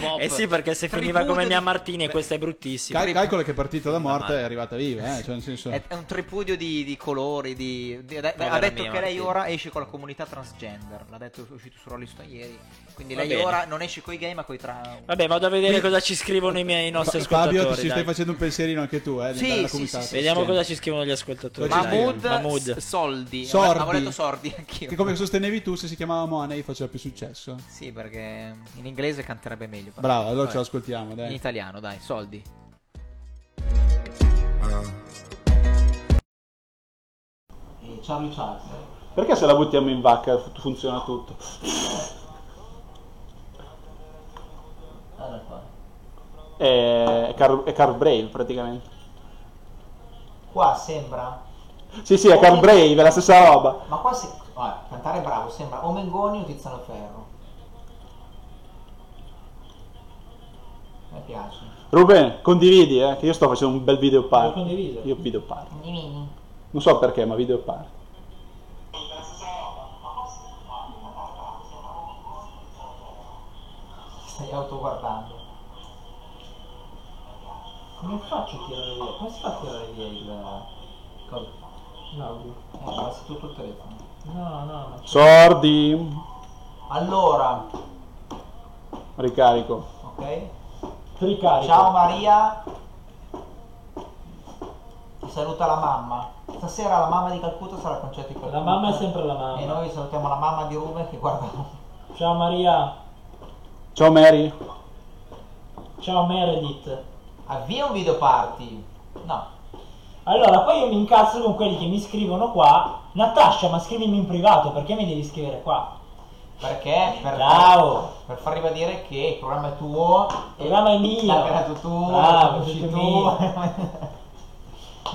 Speaker 4: pop.
Speaker 5: eh sì perché se
Speaker 4: Tributo
Speaker 5: finiva come
Speaker 4: di-
Speaker 5: Mia Martini e
Speaker 4: Beh,
Speaker 5: questa è bruttissima
Speaker 6: Cal- calcola che partita da
Speaker 5: Meno
Speaker 6: morta
Speaker 5: male.
Speaker 6: è arrivata viva, eh? cioè nel senso...
Speaker 4: È è un tripudio di, di colori. di- di- ha
Speaker 5: Povera
Speaker 4: detto
Speaker 5: Mia
Speaker 4: che lei
Speaker 5: Martini.
Speaker 4: ora esce con la comunità transgender. L'ha detto, è uscito su Rolling Stone ieri. Quindi
Speaker 5: Va
Speaker 4: lei
Speaker 5: bene.
Speaker 4: ora non esce con i gay, ma con i trans.
Speaker 5: vabbè vado a vedere
Speaker 6: Quindi-
Speaker 5: cosa ci scrivono i miei i nostri
Speaker 6: Fa- Fabio,
Speaker 5: ascoltatori
Speaker 6: ci stai
Speaker 5: dai.
Speaker 6: facendo un pensierino anche tu, eh?
Speaker 4: Sì,
Speaker 6: diventare la
Speaker 4: sì,
Speaker 6: comitata.
Speaker 4: sì, sì.
Speaker 5: vediamo
Speaker 6: Sì.
Speaker 5: cosa ci scrivono gli ascoltatori
Speaker 6: Cosa ci
Speaker 5: dai.
Speaker 4: Mahmood,
Speaker 5: Mahmood.
Speaker 4: S- soldi.
Speaker 6: Sordi.
Speaker 4: Avevo detto sordi anch'io.
Speaker 6: Che come sostenevi tu, se si chiamava Money faceva più successo.
Speaker 4: Sì, perché in inglese canterebbe meglio. però.
Speaker 6: Bravo, allora ce
Speaker 4: Vabbè.
Speaker 6: l'ascoltiamo,
Speaker 4: In
Speaker 6: dai.
Speaker 4: italiano, dai, soldi.
Speaker 1: E Charlie Charles.
Speaker 3: Perché se la buttiamo in vacca fu- funziona tutto?
Speaker 1: Guarda qua.
Speaker 3: È Car, è Car Brave praticamente.
Speaker 1: Qua sembra.
Speaker 3: Sì, sì, è Car Brave, è la stessa roba.
Speaker 1: Ma qua se. ah, cantare bravo sembra o Mengoni o Tiziano Ferro. Mi piace.
Speaker 3: Ruben, condividi, eh, che io sto facendo un bel video
Speaker 2: L'ho
Speaker 3: part.
Speaker 2: condiviso.
Speaker 3: Io video part.
Speaker 1: Dimmi.
Speaker 3: Non so perché, ma video part.
Speaker 1: Stai autoguardando.
Speaker 2: Come faccio a tirare via? Come si fa a tirare via il... eh,
Speaker 1: Cosa?
Speaker 2: l'audio?
Speaker 1: Eh, passi tutto il telefono.
Speaker 2: No, no, ma...
Speaker 3: Sordi.
Speaker 1: Allora,
Speaker 3: Ricarico.
Speaker 1: ok?
Speaker 2: Tricarico.
Speaker 1: Ciao Maria. Ti saluta la mamma. Stasera la mamma di Calcutta sarà concetta di Calcutta.
Speaker 2: La mamma è sempre la
Speaker 1: E
Speaker 2: mamma.
Speaker 1: Eh, noi salutiamo la mamma di Ruben che guarda.
Speaker 2: Ciao Maria.
Speaker 3: Ciao Mary.
Speaker 2: Ciao Meredith.
Speaker 1: Avvia un video party. No.
Speaker 2: Allora, poi io mi incazzo con quelli che mi scrivono qua. Natascia, ma scrivimi in privato, perché mi devi scrivere qua?
Speaker 1: Perché? Per,
Speaker 2: Ciao!
Speaker 1: per far ribadire che il programma è tuo.
Speaker 2: Il programma è mio.
Speaker 1: L'hai creato tu.
Speaker 2: Bravo,
Speaker 1: lo conosci
Speaker 2: tutto
Speaker 1: tu.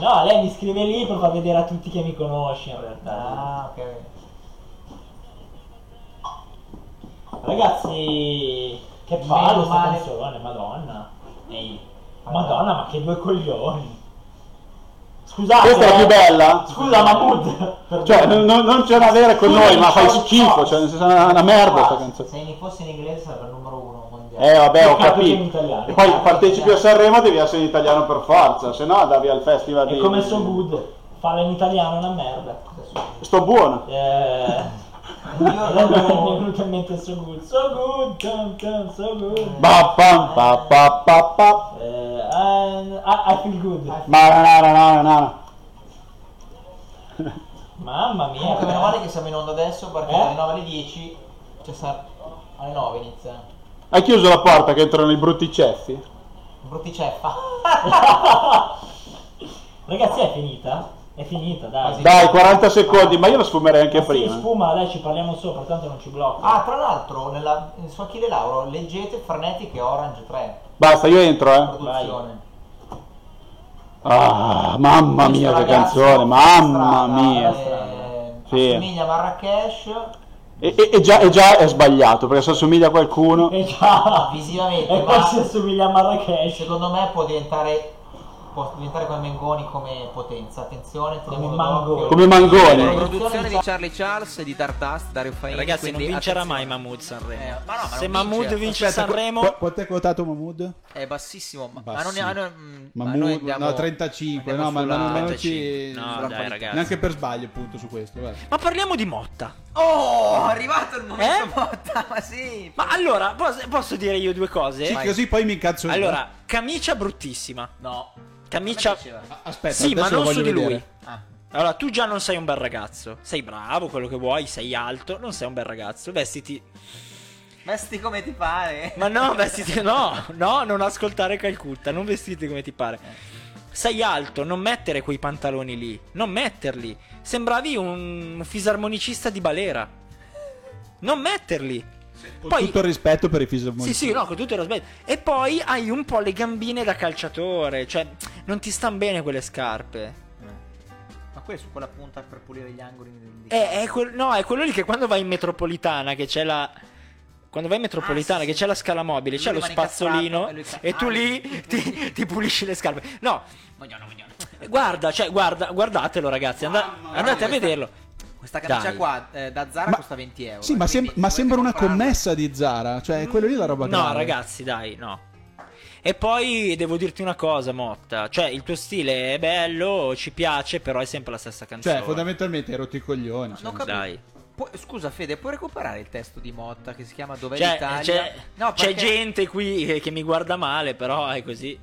Speaker 2: No, lei mi scrive lì per far vedere a tutti che mi conosce in realtà.
Speaker 1: ah, ok.
Speaker 2: Ragazzi, che
Speaker 1: Meno
Speaker 2: palle sta
Speaker 1: male.
Speaker 2: canzone, madonna. Ehi,
Speaker 1: Allora.
Speaker 2: madonna, ma che due coglioni. Scusate.
Speaker 3: Questa è la
Speaker 2: eh.
Speaker 3: più bella?
Speaker 2: Scusa, Mahmood. perdona.
Speaker 3: Cioè, non, non- non c'è una vera con noi, ma fai schifo. Cioè, nel senso, è una, una merda sta
Speaker 2: Ah.
Speaker 1: Guarda,
Speaker 3: canzone.
Speaker 1: Se ne fosse in inglese sarebbe il numero uno mondiale.
Speaker 3: Eh, vabbè, ho
Speaker 2: Peccato che in
Speaker 3: capito.
Speaker 2: italiano.
Speaker 3: E poi partecipi a Sanremo devi essere in italiano per forza, se no andavi al festival
Speaker 2: È
Speaker 3: di.
Speaker 2: come So Good. Farla in italiano è una merda.
Speaker 3: Sto buono.
Speaker 2: Eh... Adesso mi è
Speaker 1: Io
Speaker 2: venuto in mente So Good. So Good, dun, dun, so good.
Speaker 3: Ba, pam, pa, pa, pa, pa.
Speaker 2: Eh, and- I, I feel good.
Speaker 3: Ma na, na, na, na, na.
Speaker 2: Mamma mia.
Speaker 1: Comunque meno male che siamo in onda adesso perché
Speaker 2: Eh?
Speaker 1: dalle 9 alle 10 cioè sta- alle 9 inizia.
Speaker 3: Hai chiuso la porta che entrano i brutti ceffi?
Speaker 1: Brutti ceffa.
Speaker 2: Ragazzi, è finita? È finita, dai.
Speaker 1: Quasi.
Speaker 3: Dai, 40 secondi, ma io la sfumerei anche
Speaker 2: Sì,
Speaker 3: prima.
Speaker 2: sfuma, dai, ci parliamo sopra, tanto non ci blocca.
Speaker 1: Ah, tra l'altro nella, su Achille Lauro leggete Frenetic e Orange 3,
Speaker 3: Basta, io entro, eh.
Speaker 1: produzione.
Speaker 3: Ah, mamma
Speaker 1: Questo
Speaker 3: mia, che
Speaker 1: ragazzo
Speaker 3: canzone, mamma
Speaker 1: strada,
Speaker 3: mia.
Speaker 1: eh,
Speaker 3: Sì.
Speaker 1: Assomiglia a Marrakesh
Speaker 3: E, e- e già, e già è sbagliato, perché se assomiglia a qualcuno...
Speaker 2: E Eh, già.
Speaker 1: visivamente,
Speaker 2: E poi
Speaker 1: ma
Speaker 2: si assomiglia a Marrakesh.
Speaker 1: secondo me può diventare può diventare come Mengoni come potenza. Attenzione, teniamo
Speaker 2: Mangoni.
Speaker 3: Come Mangone.
Speaker 4: Produzione di Charlie Charles e di Tartast, Dario Faini.
Speaker 5: Ragazzi, non
Speaker 4: quindi
Speaker 5: vincerà
Speaker 4: attenzione.
Speaker 5: mai Mahmood Sanremo.
Speaker 4: Eh, ma no, ma
Speaker 5: Se
Speaker 4: non
Speaker 5: Mahmood
Speaker 4: vince.
Speaker 5: vince
Speaker 6: Aspetta, qu-
Speaker 5: Sanremo,
Speaker 6: qu- quanto è quotato Mahmood?
Speaker 4: È bassissimo, ma,
Speaker 6: Bassi.
Speaker 4: ma non è... ah, no, mm,
Speaker 6: Ma
Speaker 4: ma
Speaker 6: mu-
Speaker 4: noi andiamo-
Speaker 6: no, 35, no, ma,
Speaker 4: andiamo
Speaker 6: ma non- ma
Speaker 4: sulla-
Speaker 6: non ci...
Speaker 5: 35. No,
Speaker 6: sulla
Speaker 5: dai,
Speaker 6: qualità.
Speaker 5: ragazzi.
Speaker 6: Neanche per sbaglio, appunto, su questo. guarda.
Speaker 5: ma parliamo di Motta.
Speaker 4: Oh, è arrivato il momento
Speaker 5: Eh?
Speaker 4: Motta, ma sì.
Speaker 5: Ma allora, pos- posso dire io due cose?
Speaker 6: Sì,
Speaker 5: Vai.
Speaker 6: così poi mi incazzo io.
Speaker 5: Allora, camicia bruttissima.
Speaker 4: No.
Speaker 5: Camicia-
Speaker 4: Come diceva?
Speaker 6: A- Aspetta,
Speaker 5: sì, ma
Speaker 6: adesso lo
Speaker 5: non su
Speaker 6: voglio
Speaker 5: di
Speaker 6: vedere.
Speaker 5: lui.
Speaker 4: Ah,
Speaker 5: Allora, tu già non sei un bel ragazzo. Sei bravo, quello che vuoi, sei alto, non sei un bel ragazzo. Vestiti.
Speaker 4: vesti come ti pare.
Speaker 5: Ma no, vestiti. No, no, non ascoltare Calcutta, non vestiti come ti pare. Sei alto, non mettere quei pantaloni lì. Non metterli. Sembravi un fisarmonicista di Balera. Non metterli.
Speaker 6: Con tutto il rispetto per i fisarmonici.
Speaker 5: Sì, sì, no, con tutto lo sbaglio. E poi hai un po' le gambine da calciatore, cioè non ti stanno bene quelle scarpe.
Speaker 4: Ma quello è su quella punta per pulire gli angoli del di-
Speaker 5: È, è quel- no, è quello lì che quando vai in metropolitana, che c'è la. Quando vai in metropolitana,
Speaker 4: Ah, sì.
Speaker 5: che c'è la scala mobile,
Speaker 4: Lui
Speaker 5: c'è lo
Speaker 4: rimane incazzato,
Speaker 5: spazzolino
Speaker 4: e lui fa-
Speaker 5: e tu
Speaker 4: ah,
Speaker 5: lì
Speaker 4: lui-
Speaker 5: ti, ti pulisci le scarpe. No,
Speaker 4: Vogliono, vogliono.
Speaker 5: guarda, cioè, guarda, guardatelo, ragazzi. anda- andate a
Speaker 4: questa-
Speaker 5: vederlo.
Speaker 4: Questa camicia
Speaker 5: Dai.
Speaker 4: qua eh, da Zara
Speaker 6: Ma-
Speaker 4: costa 20 euro. eh,
Speaker 6: Sì, ma, sem-
Speaker 4: quindi
Speaker 6: ma
Speaker 4: se
Speaker 6: sembra una
Speaker 4: volete comprarla-
Speaker 6: commessa di Zara. Cioè, quello lì è la roba
Speaker 5: No,
Speaker 6: grave.
Speaker 5: ragazzi, dai, no. E poi devo dirti una cosa, Motta. Cioè, il tuo stile è bello, ci piace, però è sempre la stessa canzone.
Speaker 6: Cioè, fondamentalmente hai rotto i coglioni. cioè.
Speaker 4: Non capisco.
Speaker 5: Dai.
Speaker 4: Pu- scusa Fede, puoi recuperare il testo di Motta che si chiama Dov'è
Speaker 5: Cioè,
Speaker 4: l'Italia?
Speaker 5: c'è,
Speaker 4: No,
Speaker 5: c'è
Speaker 4: perché-
Speaker 5: gente qui che, che mi guarda male, però è così.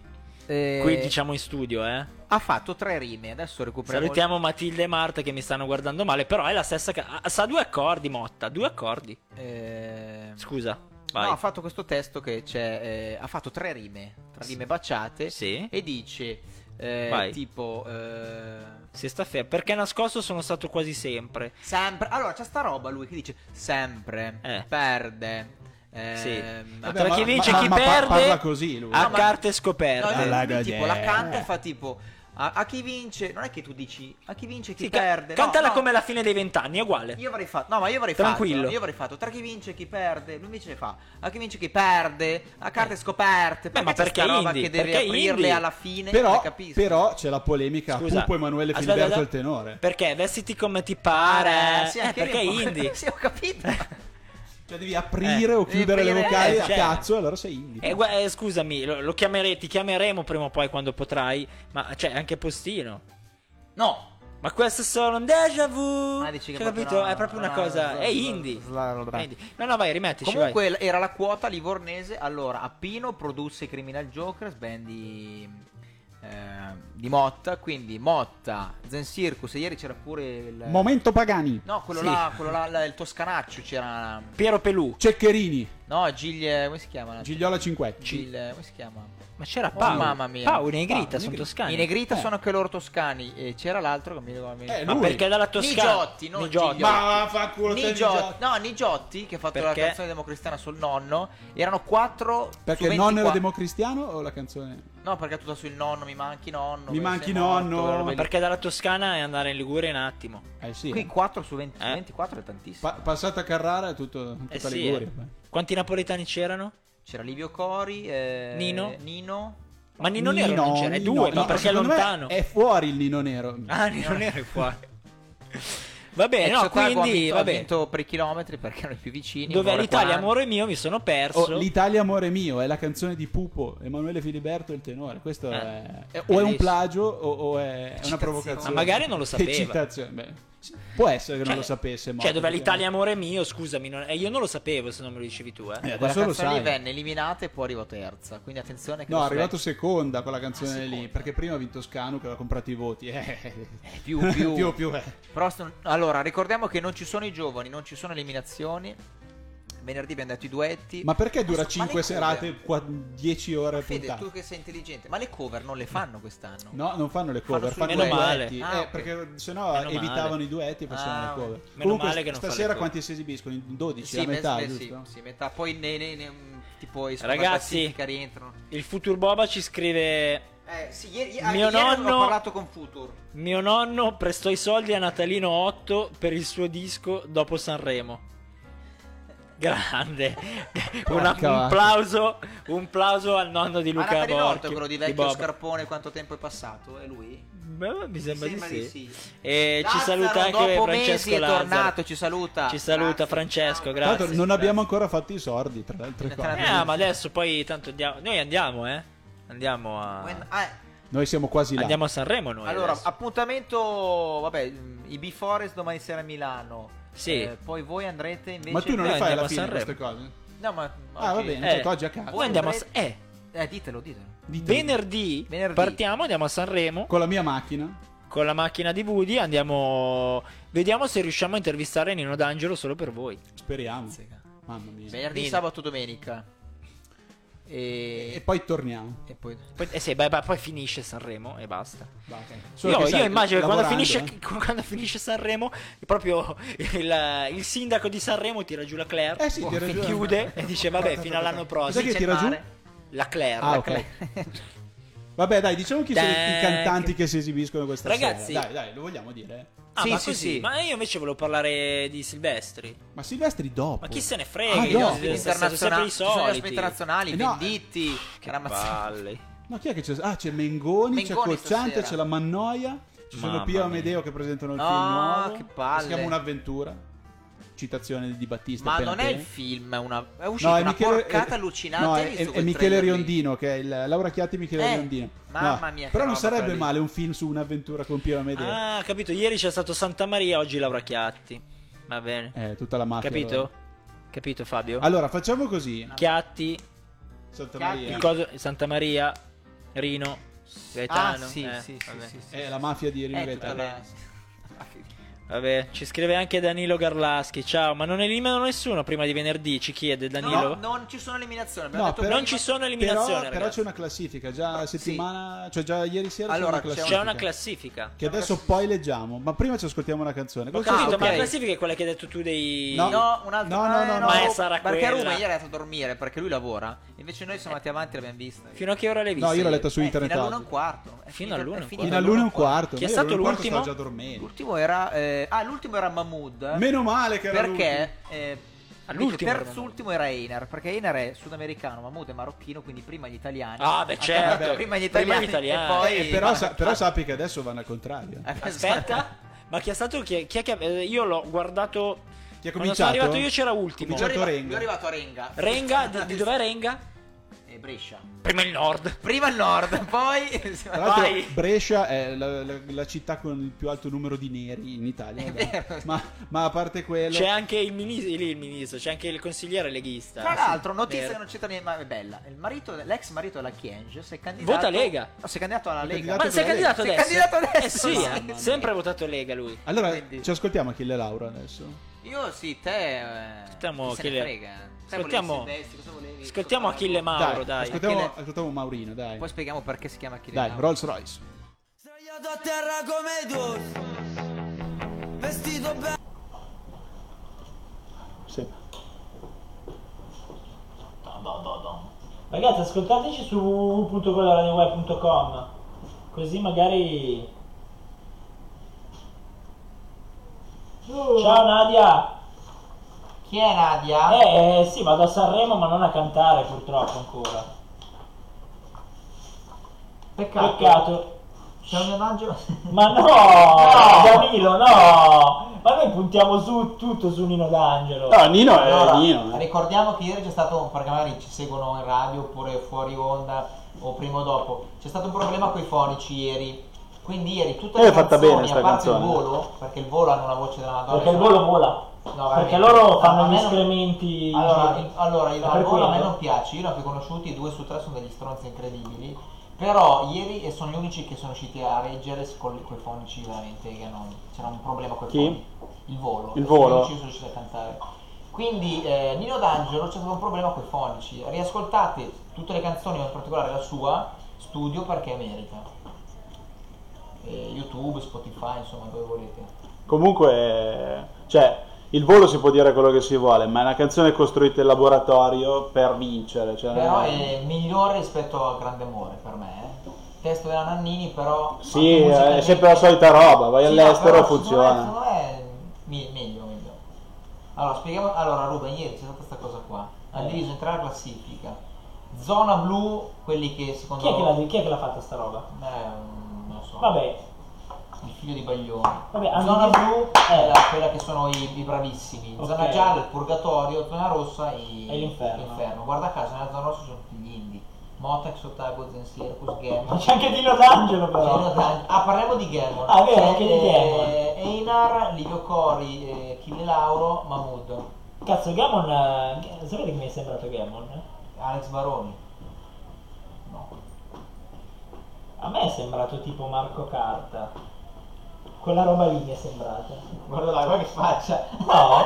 Speaker 4: eh,
Speaker 5: Qui diciamo in studio, eh.
Speaker 4: Ha fatto tre rime, adesso recuperiamo.
Speaker 5: Salutiamo Matilde e Marta che mi stanno guardando male, però è la stessa. Ca- ah, sa due accordi, Motta, due accordi.
Speaker 4: Eh,
Speaker 5: Scusa, vai.
Speaker 4: No, ha fatto questo testo che c'è. eh, ha fatto tre rime, tre rime baciate.
Speaker 5: Sì.
Speaker 4: E dice: eh,
Speaker 5: Vai.
Speaker 4: Tipo. eh,
Speaker 5: Se sta fermo, perché nascosto sono stato quasi sempre.
Speaker 4: sempre. Allora c'è sta roba lui che dice: Sempre.
Speaker 5: Eh.
Speaker 4: Perde. ehm,
Speaker 5: Sì.
Speaker 6: Vabbè,
Speaker 5: Tra
Speaker 6: ma-
Speaker 5: chi
Speaker 6: ma-
Speaker 5: vince e
Speaker 6: ma-
Speaker 5: chi
Speaker 6: ma pa-
Speaker 5: perde
Speaker 6: parla così lui.
Speaker 5: a
Speaker 4: No, ma-
Speaker 5: carte
Speaker 4: No,
Speaker 5: scoperte.
Speaker 4: lui,
Speaker 6: Alla Eh.
Speaker 4: lui tipo la
Speaker 6: Gadea.
Speaker 4: canta e fa tipo a, a chi vince non è che tu dici a chi vince e chi
Speaker 5: Sì, ca-
Speaker 4: perde no,
Speaker 5: cantala
Speaker 4: no.
Speaker 5: come la fine dei vent'anni, è uguale.
Speaker 4: io avrei fatto no ma io avrei
Speaker 5: Tranquillo.
Speaker 4: fatto io avrei fatto tra chi vince e chi perde lui invece fa a chi vince e chi perde a carte scoperte
Speaker 5: Eh. Beh, ma
Speaker 4: c'è sta
Speaker 5: perché
Speaker 4: roba
Speaker 5: indie?
Speaker 4: che deve
Speaker 5: Perché
Speaker 4: aprirle
Speaker 5: indie?
Speaker 4: alla fine non
Speaker 6: Però,
Speaker 4: capisco
Speaker 6: però c'è la polemica
Speaker 5: Scusa.
Speaker 6: Pupo Emanuele
Speaker 5: Aspetta,
Speaker 6: Filiberto il
Speaker 5: aspetta.
Speaker 6: tenore.
Speaker 5: Perché vestiti come ti
Speaker 4: Ah,
Speaker 5: pare.
Speaker 4: sì,
Speaker 5: eh,
Speaker 4: anche
Speaker 5: perché
Speaker 4: lì un po'-
Speaker 5: indie.
Speaker 4: sì ho capito
Speaker 6: Cioè devi aprire
Speaker 4: Eh,
Speaker 6: o
Speaker 4: devi
Speaker 6: chiudere le
Speaker 4: aprire,
Speaker 6: vocali
Speaker 5: eh,
Speaker 6: a
Speaker 5: cioè.
Speaker 6: cazzo, allora sei indie.
Speaker 5: Eh, gua- eh, scusami, lo, lo chiamerei, ti chiameremo prima o poi quando potrai. Ma c'è anche Postino.
Speaker 4: No!
Speaker 5: Ma questo è solo un déjà vu.
Speaker 4: Ah, dici che
Speaker 5: Cioè,
Speaker 4: è proprio
Speaker 5: capito?
Speaker 4: una-
Speaker 5: è proprio una
Speaker 4: una-
Speaker 5: cosa.
Speaker 4: una-
Speaker 5: è indie.
Speaker 4: una- una-
Speaker 5: È indie. No, no, vai, rimettici.
Speaker 4: Comunque l- era la quota livornese. Allora, Appino produsse i Criminal Jokers, band di, eh, di Motta. Quindi Motta, Zen Circus. e Ieri c'era pure il.
Speaker 6: Momento Pagani.
Speaker 4: No, quello
Speaker 5: Sì.
Speaker 4: là, quello là, là, il Toscanaccio c'era.
Speaker 5: vai. Piero Pelù.
Speaker 6: Ceccherini.
Speaker 4: No, Giglie. Come si chiama?
Speaker 6: Gigliola 5.
Speaker 4: Giglie, come si chiama?
Speaker 5: Ma c'era
Speaker 4: Paolo.
Speaker 5: Oh, mamma mia. Paolo Ah, Negrita,
Speaker 6: Paolo
Speaker 5: sono
Speaker 6: Negrita.
Speaker 5: toscani. Eh.
Speaker 4: I Negrita sono anche loro toscani. E c'era l'altro che mi ricordo. mi-
Speaker 6: Eh,
Speaker 5: Ma
Speaker 6: lui.
Speaker 5: perché dalla Toscana?
Speaker 4: Nigiotti, non
Speaker 5: Nigiotti.
Speaker 4: Giglio.
Speaker 6: Ma fa culo te,
Speaker 4: Nigiotti, no, Nigiotti che ha fatto
Speaker 5: Perché?
Speaker 4: la canzone democristiana sul nonno. Erano 4
Speaker 6: Perché il nonno era democristiano o la canzone?
Speaker 4: No, perché è tutta sul nonno, mi manchi nonno.
Speaker 6: Mi
Speaker 4: che
Speaker 6: manchi
Speaker 4: sei morto,
Speaker 6: nonno.
Speaker 4: quella roba
Speaker 5: Ma
Speaker 4: lì.
Speaker 5: perché dalla Toscana e andare in Liguria in un attimo.
Speaker 6: Eh sì.
Speaker 4: Qui
Speaker 6: eh.
Speaker 4: 4 su 20,
Speaker 5: Eh.
Speaker 4: 24 è tantissimo.
Speaker 6: Pa- passata Carrara è tutto, tutta
Speaker 5: Eh sì,
Speaker 6: Liguria.
Speaker 5: eh. Quanti napoletani c'erano?
Speaker 4: C'era Livio Cori, eh,
Speaker 5: Nino.
Speaker 4: Nino.
Speaker 5: Ma Nino Nero non c'era, è
Speaker 6: Nino,
Speaker 5: due,
Speaker 6: no,
Speaker 5: ma perché è
Speaker 6: secondo me
Speaker 5: lontano.
Speaker 6: È fuori il Nino Nero.
Speaker 5: Ah, Nino Nero è qua. Va bene,
Speaker 4: Ezio
Speaker 5: no,
Speaker 4: Tago Eh, ha
Speaker 5: cioè, quindi,
Speaker 4: vinto,
Speaker 5: va
Speaker 4: ha
Speaker 5: bene.
Speaker 4: vinto per i chilometri perché erano i più vicini.
Speaker 5: Dov'è
Speaker 4: un'ora e
Speaker 5: l'Italia,
Speaker 4: 40.
Speaker 5: amore mio, mi sono perso. Cioè,
Speaker 6: Oh, L'Italia amore mio è la canzone di Pupo, Emanuele Filiberto e il tenore. Questo
Speaker 5: Eh.
Speaker 6: è, è- o è un
Speaker 5: Bellissimo.
Speaker 6: plagio o, o è una provocazione.
Speaker 5: Ma magari non lo sapeva.
Speaker 6: Che citazione, beh, può essere che non lo sapesse. Eh, Motta,
Speaker 5: Cioè, dov'è
Speaker 6: perché-
Speaker 5: l'Italia, amore mio, scusami, non- eh, io non lo sapevo se non me lo dicevi tu, eh.
Speaker 6: Eh,
Speaker 4: Quella
Speaker 6: adesso lo
Speaker 4: canzone lì
Speaker 6: sai.
Speaker 4: venne eliminata e poi arrivò terza. Quindi attenzione che
Speaker 6: No, è
Speaker 4: lo
Speaker 6: arrivato
Speaker 4: Svezia
Speaker 6: seconda
Speaker 5: Ah,
Speaker 6: quella canzone lì,
Speaker 4: seconda.
Speaker 6: perché prima ha vinto Scanu che aveva comprato i voti. Eh.
Speaker 4: è più, più.
Speaker 6: più, più, eh.
Speaker 4: Però sto- allora, ricordiamo che non ci sono i giovani, non ci sono eliminazioni. Venerdì abbiamo detto i duetti.
Speaker 6: Ma perché dura
Speaker 4: Ma so- ma
Speaker 6: 5
Speaker 4: le cover-
Speaker 6: serate, 10 ore a
Speaker 4: Fede,
Speaker 6: puntata?
Speaker 4: tu che sei intelligente, ma le cover non le fanno quest'anno?
Speaker 6: No, non fanno le cover,
Speaker 4: Fanno
Speaker 6: fanno,
Speaker 4: sui
Speaker 6: i
Speaker 5: duetti. Meno
Speaker 6: duetti.
Speaker 4: male.
Speaker 6: eh,
Speaker 4: Ah, ok.
Speaker 6: Perché sennò
Speaker 5: Meno
Speaker 6: evitavano
Speaker 5: male.
Speaker 6: i duetti e facevano
Speaker 4: Ah,
Speaker 6: le cover.
Speaker 5: meno
Speaker 6: Comunque,
Speaker 5: male che non fa le
Speaker 6: stasera
Speaker 5: cover.
Speaker 6: quanti si esibiscono? 12,
Speaker 4: Sì,
Speaker 6: la
Speaker 4: beh,
Speaker 6: metà,
Speaker 4: beh, sì,
Speaker 6: giusto?
Speaker 4: sì, metà. Poi ne, ne, ne, mh, tipo i
Speaker 5: Ragazzi.
Speaker 4: classifica rientrano.
Speaker 5: Il Futur Boba ci scrive
Speaker 4: Eh, sì, ieri,
Speaker 5: Mio
Speaker 4: ah, ieri
Speaker 5: nonno-
Speaker 4: ho parlato con Futur.
Speaker 5: Mio nonno prestò i soldi a Natalino 8 per il suo disco dopo Sanremo. Grande. Una-
Speaker 6: Porca
Speaker 5: un
Speaker 6: vacca.
Speaker 5: applauso, un applauso al nonno di
Speaker 4: Ma
Speaker 5: Luca
Speaker 4: Natale Norto,
Speaker 5: Borchio.
Speaker 4: quello di
Speaker 5: di
Speaker 4: vecchio
Speaker 5: Bob.
Speaker 4: scarpone, quanto tempo è passato? È lui?
Speaker 5: Beh, mi sembra,
Speaker 4: sembra
Speaker 5: di
Speaker 4: di
Speaker 5: sì.
Speaker 4: sì.
Speaker 5: E ci
Speaker 4: Lazzaro,
Speaker 5: saluta anche
Speaker 4: dopo
Speaker 5: Francesco
Speaker 4: mesi è
Speaker 5: Lazzaro.
Speaker 4: tornato, ci saluta.
Speaker 5: Ci saluta
Speaker 4: Grazie.
Speaker 5: Francesco,
Speaker 4: Ciao.
Speaker 6: Tra l'altro
Speaker 5: grazie.
Speaker 6: non abbiamo ancora fatto i sordi, tra le altre
Speaker 4: Tra le
Speaker 6: cose.
Speaker 4: altre-
Speaker 5: Eh, ma adesso poi tanto andiamo. Noi andiamo, eh. Andiamo
Speaker 4: When-
Speaker 5: a
Speaker 4: ah,
Speaker 6: Noi siamo quasi là.
Speaker 5: Andiamo a Sanremo noi.
Speaker 4: allora,
Speaker 5: adesso.
Speaker 4: appuntamento, vabbè, mh, i B-Forest domani sera a Milano.
Speaker 5: Sì.
Speaker 4: Eh, poi voi andrete invece...
Speaker 6: Ma tu non
Speaker 5: Noi
Speaker 6: le fai alla
Speaker 5: andiamo a
Speaker 6: fine
Speaker 5: Sanremo.
Speaker 6: queste cose?
Speaker 4: No, ma...
Speaker 6: Ah, va
Speaker 4: oggi-
Speaker 6: bene.
Speaker 5: Eh,
Speaker 6: Certo, oggi a casa.
Speaker 5: Noi andiamo a Sa-
Speaker 4: Andrete-
Speaker 5: eh,
Speaker 4: Eh, ditelo, ditelo.
Speaker 6: Ditemi.
Speaker 5: venerdì,
Speaker 4: Venerdì.
Speaker 5: partiamo, andiamo a Sanremo
Speaker 6: Con la mia macchina.
Speaker 5: con la macchina di Woody, andiamo vediamo se riusciamo a intervistare Nino D'Angelo solo per voi.
Speaker 6: Speriamo.
Speaker 4: Zega.
Speaker 6: Mamma mia.
Speaker 4: Venerdì,
Speaker 5: Bene.
Speaker 4: sabato, domenica. E,
Speaker 6: E poi torniamo.
Speaker 4: e poi...
Speaker 5: Poi, eh sì, beh, beh, poi finisce Sanremo e basta.
Speaker 6: Basta. Solo
Speaker 5: Io,
Speaker 6: che sai,
Speaker 5: io immagino che quando
Speaker 6: lavorando,
Speaker 5: finisce,
Speaker 6: eh.
Speaker 5: quando finisce Sanremo, proprio il, il sindaco di Sanremo tira giù la Claire,
Speaker 6: Eh sì, ti ragione.
Speaker 5: chiude e dice vabbè fino all'anno
Speaker 6: Cos'è
Speaker 5: prossimo.
Speaker 6: che
Speaker 4: C'è
Speaker 6: tira
Speaker 4: il
Speaker 6: giù?
Speaker 4: mare.
Speaker 5: La Claire.
Speaker 6: Ah,
Speaker 5: la
Speaker 6: ok.
Speaker 5: Claire.
Speaker 6: Vabbè, dai, diciamo chi sono i- i
Speaker 5: Eh. Dai.
Speaker 6: cantanti che si esibiscono questa
Speaker 5: Ragazzi.
Speaker 6: sera. Dai, dai, lo vogliamo dire. eh.
Speaker 5: Ah,
Speaker 4: Sì,
Speaker 5: ma
Speaker 4: sì,
Speaker 5: così?
Speaker 4: sì.
Speaker 5: Ma io invece volevo parlare di Silvestri.
Speaker 6: Ma Silvestri dopo.
Speaker 5: Ma chi se ne frega?
Speaker 6: Ah,
Speaker 5: gli
Speaker 6: no.
Speaker 5: ospiti
Speaker 6: Sì,
Speaker 5: sono sempre
Speaker 4: internazionali,
Speaker 5: i
Speaker 4: ci sono gli ospiti
Speaker 5: soliti.
Speaker 4: internazionali,
Speaker 6: Eh, no,
Speaker 4: Venditti, Ramazzotti.
Speaker 6: No, chi è che c'è? Ah, c'è Mengoni, c'è
Speaker 4: Mengoni
Speaker 6: Cocciante,
Speaker 4: stasera.
Speaker 6: c'è la Mannoia, ci sono
Speaker 5: Mamma
Speaker 6: Pio e
Speaker 5: mia.
Speaker 6: Amedeo che presentano il
Speaker 4: No,
Speaker 6: film nuovo.
Speaker 4: che palle.
Speaker 6: Si chiama Un'avventura. Citazione di Battista.
Speaker 4: Ma
Speaker 6: appena
Speaker 4: non è il
Speaker 6: appena.
Speaker 4: film, è, una, è uscita
Speaker 6: è
Speaker 4: una
Speaker 6: Michele-
Speaker 4: porcata
Speaker 6: eh,
Speaker 4: allucinante.
Speaker 6: No,
Speaker 4: hai
Speaker 6: è,
Speaker 4: visto
Speaker 6: è
Speaker 4: quel
Speaker 6: Michele
Speaker 4: trailer lì?
Speaker 6: Riondino, che è il, Laura Chiatti e Michele
Speaker 4: Eh,
Speaker 6: Riondino.
Speaker 4: mamma mia, che
Speaker 6: Però non
Speaker 4: roba
Speaker 6: sarebbe
Speaker 4: quella lì.
Speaker 6: male un film su un'avventura con Pio e Amedeo.
Speaker 5: Ah, capito. Ieri c'è stato Santa Maria, oggi Laura Chiatti. Va bene.
Speaker 6: Eh, tutta la mafia.
Speaker 5: capito?
Speaker 6: allora.
Speaker 5: Capito, Fabio?
Speaker 6: Allora, facciamo così.
Speaker 5: Chiatti,
Speaker 6: Santa
Speaker 4: Chiatti.
Speaker 6: Maria.
Speaker 5: il coso- Santa Maria, Rino, Gaetano.
Speaker 4: Ah, sì,
Speaker 5: eh,
Speaker 4: sì, sì,
Speaker 5: vabbè.
Speaker 4: sì, sì.
Speaker 6: Eh, la mafia di Rino
Speaker 4: Eh, tutta
Speaker 6: Gaetano.
Speaker 4: la-
Speaker 5: Vabbè, ci scrive anche Danilo Garlaschi. Ciao, ma non eliminano nessuno prima di venerdì, ci chiede Danilo.
Speaker 4: No, non ci sono eliminazioni. abbiamo
Speaker 6: No,
Speaker 4: detto
Speaker 6: però-
Speaker 4: prima.
Speaker 5: Non ci sono
Speaker 6: Però,
Speaker 5: eliminazioni,
Speaker 6: però
Speaker 5: ragazzi.
Speaker 6: c'è una classifica, già settimana, cioè già ieri sera
Speaker 4: Allora,
Speaker 6: c'è una classifica.
Speaker 5: C'è una classifica.
Speaker 6: Che adesso poi leggiamo, ma prima ci ascoltiamo una canzone.
Speaker 5: Ho
Speaker 6: Cosa
Speaker 5: capito,
Speaker 4: Ah, ok.
Speaker 5: ma la classifica è quella che hai detto tu dei...
Speaker 6: No.
Speaker 4: No, un altro
Speaker 6: No, no,
Speaker 4: eh,
Speaker 6: no, no.
Speaker 5: Ma è- sarà
Speaker 4: Perché
Speaker 5: quella.
Speaker 4: Roma ieri è andato a dormire perché lui lavora. Invece noi siamo andati avanti e l'abbiamo vista.
Speaker 5: Fino a che ora l'hai vista?
Speaker 6: No, io l'ho
Speaker 5: ieri?
Speaker 6: letta su
Speaker 4: Eh,
Speaker 6: internet
Speaker 4: fino
Speaker 6: oggi.
Speaker 4: all'uno e un quarto. È
Speaker 5: Fino
Speaker 4: finito-
Speaker 5: all'uno e
Speaker 4: è
Speaker 5: un
Speaker 4: finito
Speaker 5: quarto.
Speaker 6: Fino all'uno e un quarto.
Speaker 5: Chi è
Speaker 6: Io
Speaker 5: stato
Speaker 6: all'uno e un quarto
Speaker 5: l'ultimo? Eh?
Speaker 6: Stavo già dormendo.
Speaker 4: L'ultimo era. eh, ah, l'ultimo era Mahmood.
Speaker 6: Meno male che era
Speaker 4: perché.
Speaker 6: l'ultimo.
Speaker 4: eh, il
Speaker 5: All'ultimo era
Speaker 4: terzultimo era Einar. Perché Einar è sudamericano, Mahmood è marocchino. Quindi prima gli italiani.
Speaker 5: Ah, beh, certo.
Speaker 4: Vabbè, prima gli
Speaker 5: Prima
Speaker 4: italiani.
Speaker 5: gli italiani.
Speaker 4: E poi.
Speaker 6: Eh, però, sa- però sappi che adesso vanno al contrario.
Speaker 4: Eh,
Speaker 5: Aspetta, ma chi è stato? Chi è, chi è che, eh, io l'ho guardato
Speaker 6: Chi ha
Speaker 5: Quando sono
Speaker 6: cominciato?
Speaker 5: arrivato io c'era ultimo.
Speaker 6: Cominciato
Speaker 4: Io arriva-
Speaker 6: Renga.
Speaker 4: io arrivato a Renga.
Speaker 5: Renga, di, di dov'è Renga?
Speaker 4: E Brescia.
Speaker 5: Prima il nord.
Speaker 7: Prima il nord, poi...
Speaker 6: Tra l'altro,
Speaker 5: Vai.
Speaker 6: Brescia è la, la- la città con il più alto numero di neri in Italia. vabbè. Ma, ma a parte quello,
Speaker 5: C'è anche il ministro, lì il ministro, c'è anche il consigliere leghista.
Speaker 7: Tra l'altro, notizia
Speaker 5: Vero.
Speaker 7: che non c'entra niente, ma è bella. Il marito, l'ex marito della Chienge si è candidato.
Speaker 5: Vota Lega.
Speaker 7: No, si è candidato alla
Speaker 6: È
Speaker 7: Lega.
Speaker 6: candidato
Speaker 5: Ma
Speaker 7: Ma
Speaker 5: sei
Speaker 6: con la
Speaker 5: candidato
Speaker 7: Lega.
Speaker 5: adesso?
Speaker 7: Sei candidato adesso,
Speaker 5: Eh sì,
Speaker 7: mamma
Speaker 6: mia.
Speaker 5: sempre votato Lega lui.
Speaker 6: allora
Speaker 7: Quindi-
Speaker 6: ci ascoltiamo Achille Laura adesso.
Speaker 7: io sì, te. eh,
Speaker 5: Ascoltiamo
Speaker 7: chi se ne
Speaker 5: Achille-
Speaker 7: frega. Te
Speaker 5: ascoltiamo-
Speaker 7: volevi Silvestri, cosa volevi?
Speaker 5: Ascoltiamo
Speaker 7: Cosa
Speaker 5: Achille
Speaker 7: volevi?
Speaker 5: Mauro, dai.
Speaker 6: ascoltiamo,
Speaker 7: Achille-
Speaker 6: ascoltiamo Maurino, dai.
Speaker 7: Poi spieghiamo perché si chiama Achille
Speaker 6: Dai,
Speaker 7: Mauro.
Speaker 6: Rolls Royce.
Speaker 8: Sdraiato a terra come Deus Vestito bene
Speaker 3: Sì.
Speaker 2: Ragazzi, ascoltateci su www.coloradioweb.com così magari...
Speaker 1: Uh.
Speaker 2: Ciao Nadia!
Speaker 4: Chi è Nadia?
Speaker 2: Eh, eh, sì, vado a Sanremo ma non a cantare purtroppo ancora.
Speaker 4: Peccato.
Speaker 2: Peccato.
Speaker 4: C'è un angelo.
Speaker 2: Ma no, Danilo, no! Ma noi puntiamo su tutto su Nino D'Angelo.
Speaker 3: No, Nino è
Speaker 4: Allora,
Speaker 3: Nino. eh.
Speaker 4: ricordiamo che ieri c'è stato, perché magari ci seguono in radio oppure fuori onda o prima o dopo, c'è stato un problema con i fonici ieri. Quindi ieri tutte le
Speaker 3: Eh, è fatta
Speaker 4: canzoni,
Speaker 3: bene sta
Speaker 4: a parte il
Speaker 3: canzone.
Speaker 4: volo, perché il volo hanno una voce della Madonna.
Speaker 2: Perché il volo vola.
Speaker 4: No,
Speaker 2: Perché
Speaker 4: veramente.
Speaker 2: loro
Speaker 4: A
Speaker 2: fanno gli
Speaker 4: me non-
Speaker 2: escrementi.
Speaker 4: Allora, il- allora il
Speaker 2: È per
Speaker 4: lavoro a me
Speaker 2: quello.
Speaker 4: non piace, io ne ho più conosciuti, due su tre sono degli stronzi incredibili, però ieri e sono gli unici che sono riusciti a reggere con quei fonici veramente che non, c'era un problema con
Speaker 3: Chi?
Speaker 4: Il volo.
Speaker 3: Il volo.
Speaker 4: Sono gli unici che sono riusciti a cantare. Quindi eh, Nino D'Angelo c'è stato un problema con i fonici, riascoltate tutte le canzoni, ma in particolare la sua, studio perché merita. Eh, YouTube, Spotify, insomma dove volete.
Speaker 3: Comunque, cioè, il volo si può dire quello che si vuole, ma è una canzone costruita in laboratorio per vincere. Cioè,
Speaker 4: Però
Speaker 2: Eh,
Speaker 3: non
Speaker 4: è migliore rispetto al Grande Amore per me. eh. Testo della Nannini, però.
Speaker 3: Sì,
Speaker 4: anche
Speaker 3: è
Speaker 2: eh,
Speaker 4: musicalmente-
Speaker 3: sempre la solita roba, vai
Speaker 4: Sì,
Speaker 3: all'estero
Speaker 4: no,
Speaker 3: e
Speaker 4: però
Speaker 3: funziona.
Speaker 4: Secondo me, secondo me è mi- meglio, meglio. Allora, spieghiamo. Allora, Ruben, ieri c'è stata questa cosa qua. Ha
Speaker 2: Eh.
Speaker 4: diviso in tre la classifica. Zona blu, quelli che secondo
Speaker 2: Chi è, che l'ha, chi è che l'ha fatta sta roba?
Speaker 4: Eh, non so.
Speaker 2: Vabbè,
Speaker 4: Il figlio di Baglioni.
Speaker 2: Vabbè, hanno
Speaker 4: zona
Speaker 2: diviso-
Speaker 4: blu
Speaker 2: eh.
Speaker 4: è la- quella che sono i, i bravissimi. Zona
Speaker 2: Ok.
Speaker 4: gialla il purgatorio, zona rossa i-
Speaker 2: E l'inferno.
Speaker 4: Guarda caso, nella zona rossa ci sono tutti gli indie. Motex, Otago, Zen Circus,
Speaker 2: ma
Speaker 4: Gammon.
Speaker 2: c'è anche Nino D'Angelo però.
Speaker 4: Geno Dan- Ah, parliamo di Gammon.
Speaker 2: Ah, vero, anche di
Speaker 4: eh, Einar, Livio Cori, eh, Achille Lauro, Mahmood,
Speaker 2: Cazzo, Gammon. eh, sapete che mi è sembrato Gammon?
Speaker 4: Alex Baroni. No.
Speaker 2: A me è sembrato tipo Marco Carta. Quella roba lì mi è sembrata.
Speaker 4: Guarda là, guarda che faccia.
Speaker 2: No?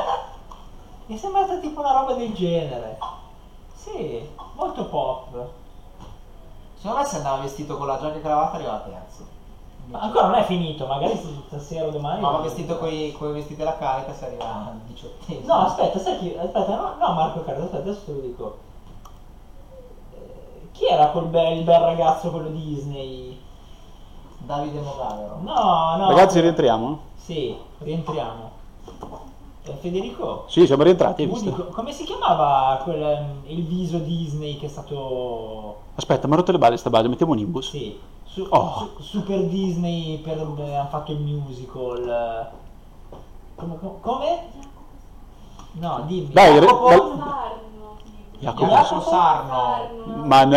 Speaker 2: mi è sembrata tipo una roba del genere. Sì, molto pop.
Speaker 4: Secondo me se andava vestito con la giacca e cravatta arrivava terzo.
Speaker 2: Ma ancora non è finito, magari se- stasera o domani.
Speaker 4: Ma vestito con i vestiti alla carica si arriva al diciottesimo.
Speaker 2: No, aspetta, sai chi? Aspetta, no, no Marco Carlo, aspetta, adesso te lo dico. Eh, Chi era quel bel, il bel ragazzo quello Disney?
Speaker 4: Davide Mogavero.
Speaker 2: No, no.
Speaker 3: Ragazzi, rientriamo?
Speaker 2: Sì, rientriamo. Eh, Federico,
Speaker 3: Sì, siamo rientrati, Ah, hai
Speaker 2: Woody,
Speaker 3: visto?
Speaker 2: co- come si chiamava quel, ehm, il viso Disney che è stato...
Speaker 3: Aspetta, mi ha rotto le balle sta base, mettiamo un imbus.
Speaker 2: Sì, su-
Speaker 3: Oh.
Speaker 2: su- Super Disney per... eh, hanno fatto il musical. Come? come- come? No, dimmi.
Speaker 3: Dai, re-
Speaker 2: Jacopo?
Speaker 3: dai-
Speaker 4: Jacopo
Speaker 3: Jacopo.
Speaker 2: Jacopo?
Speaker 4: Sarno.
Speaker 3: Ma no,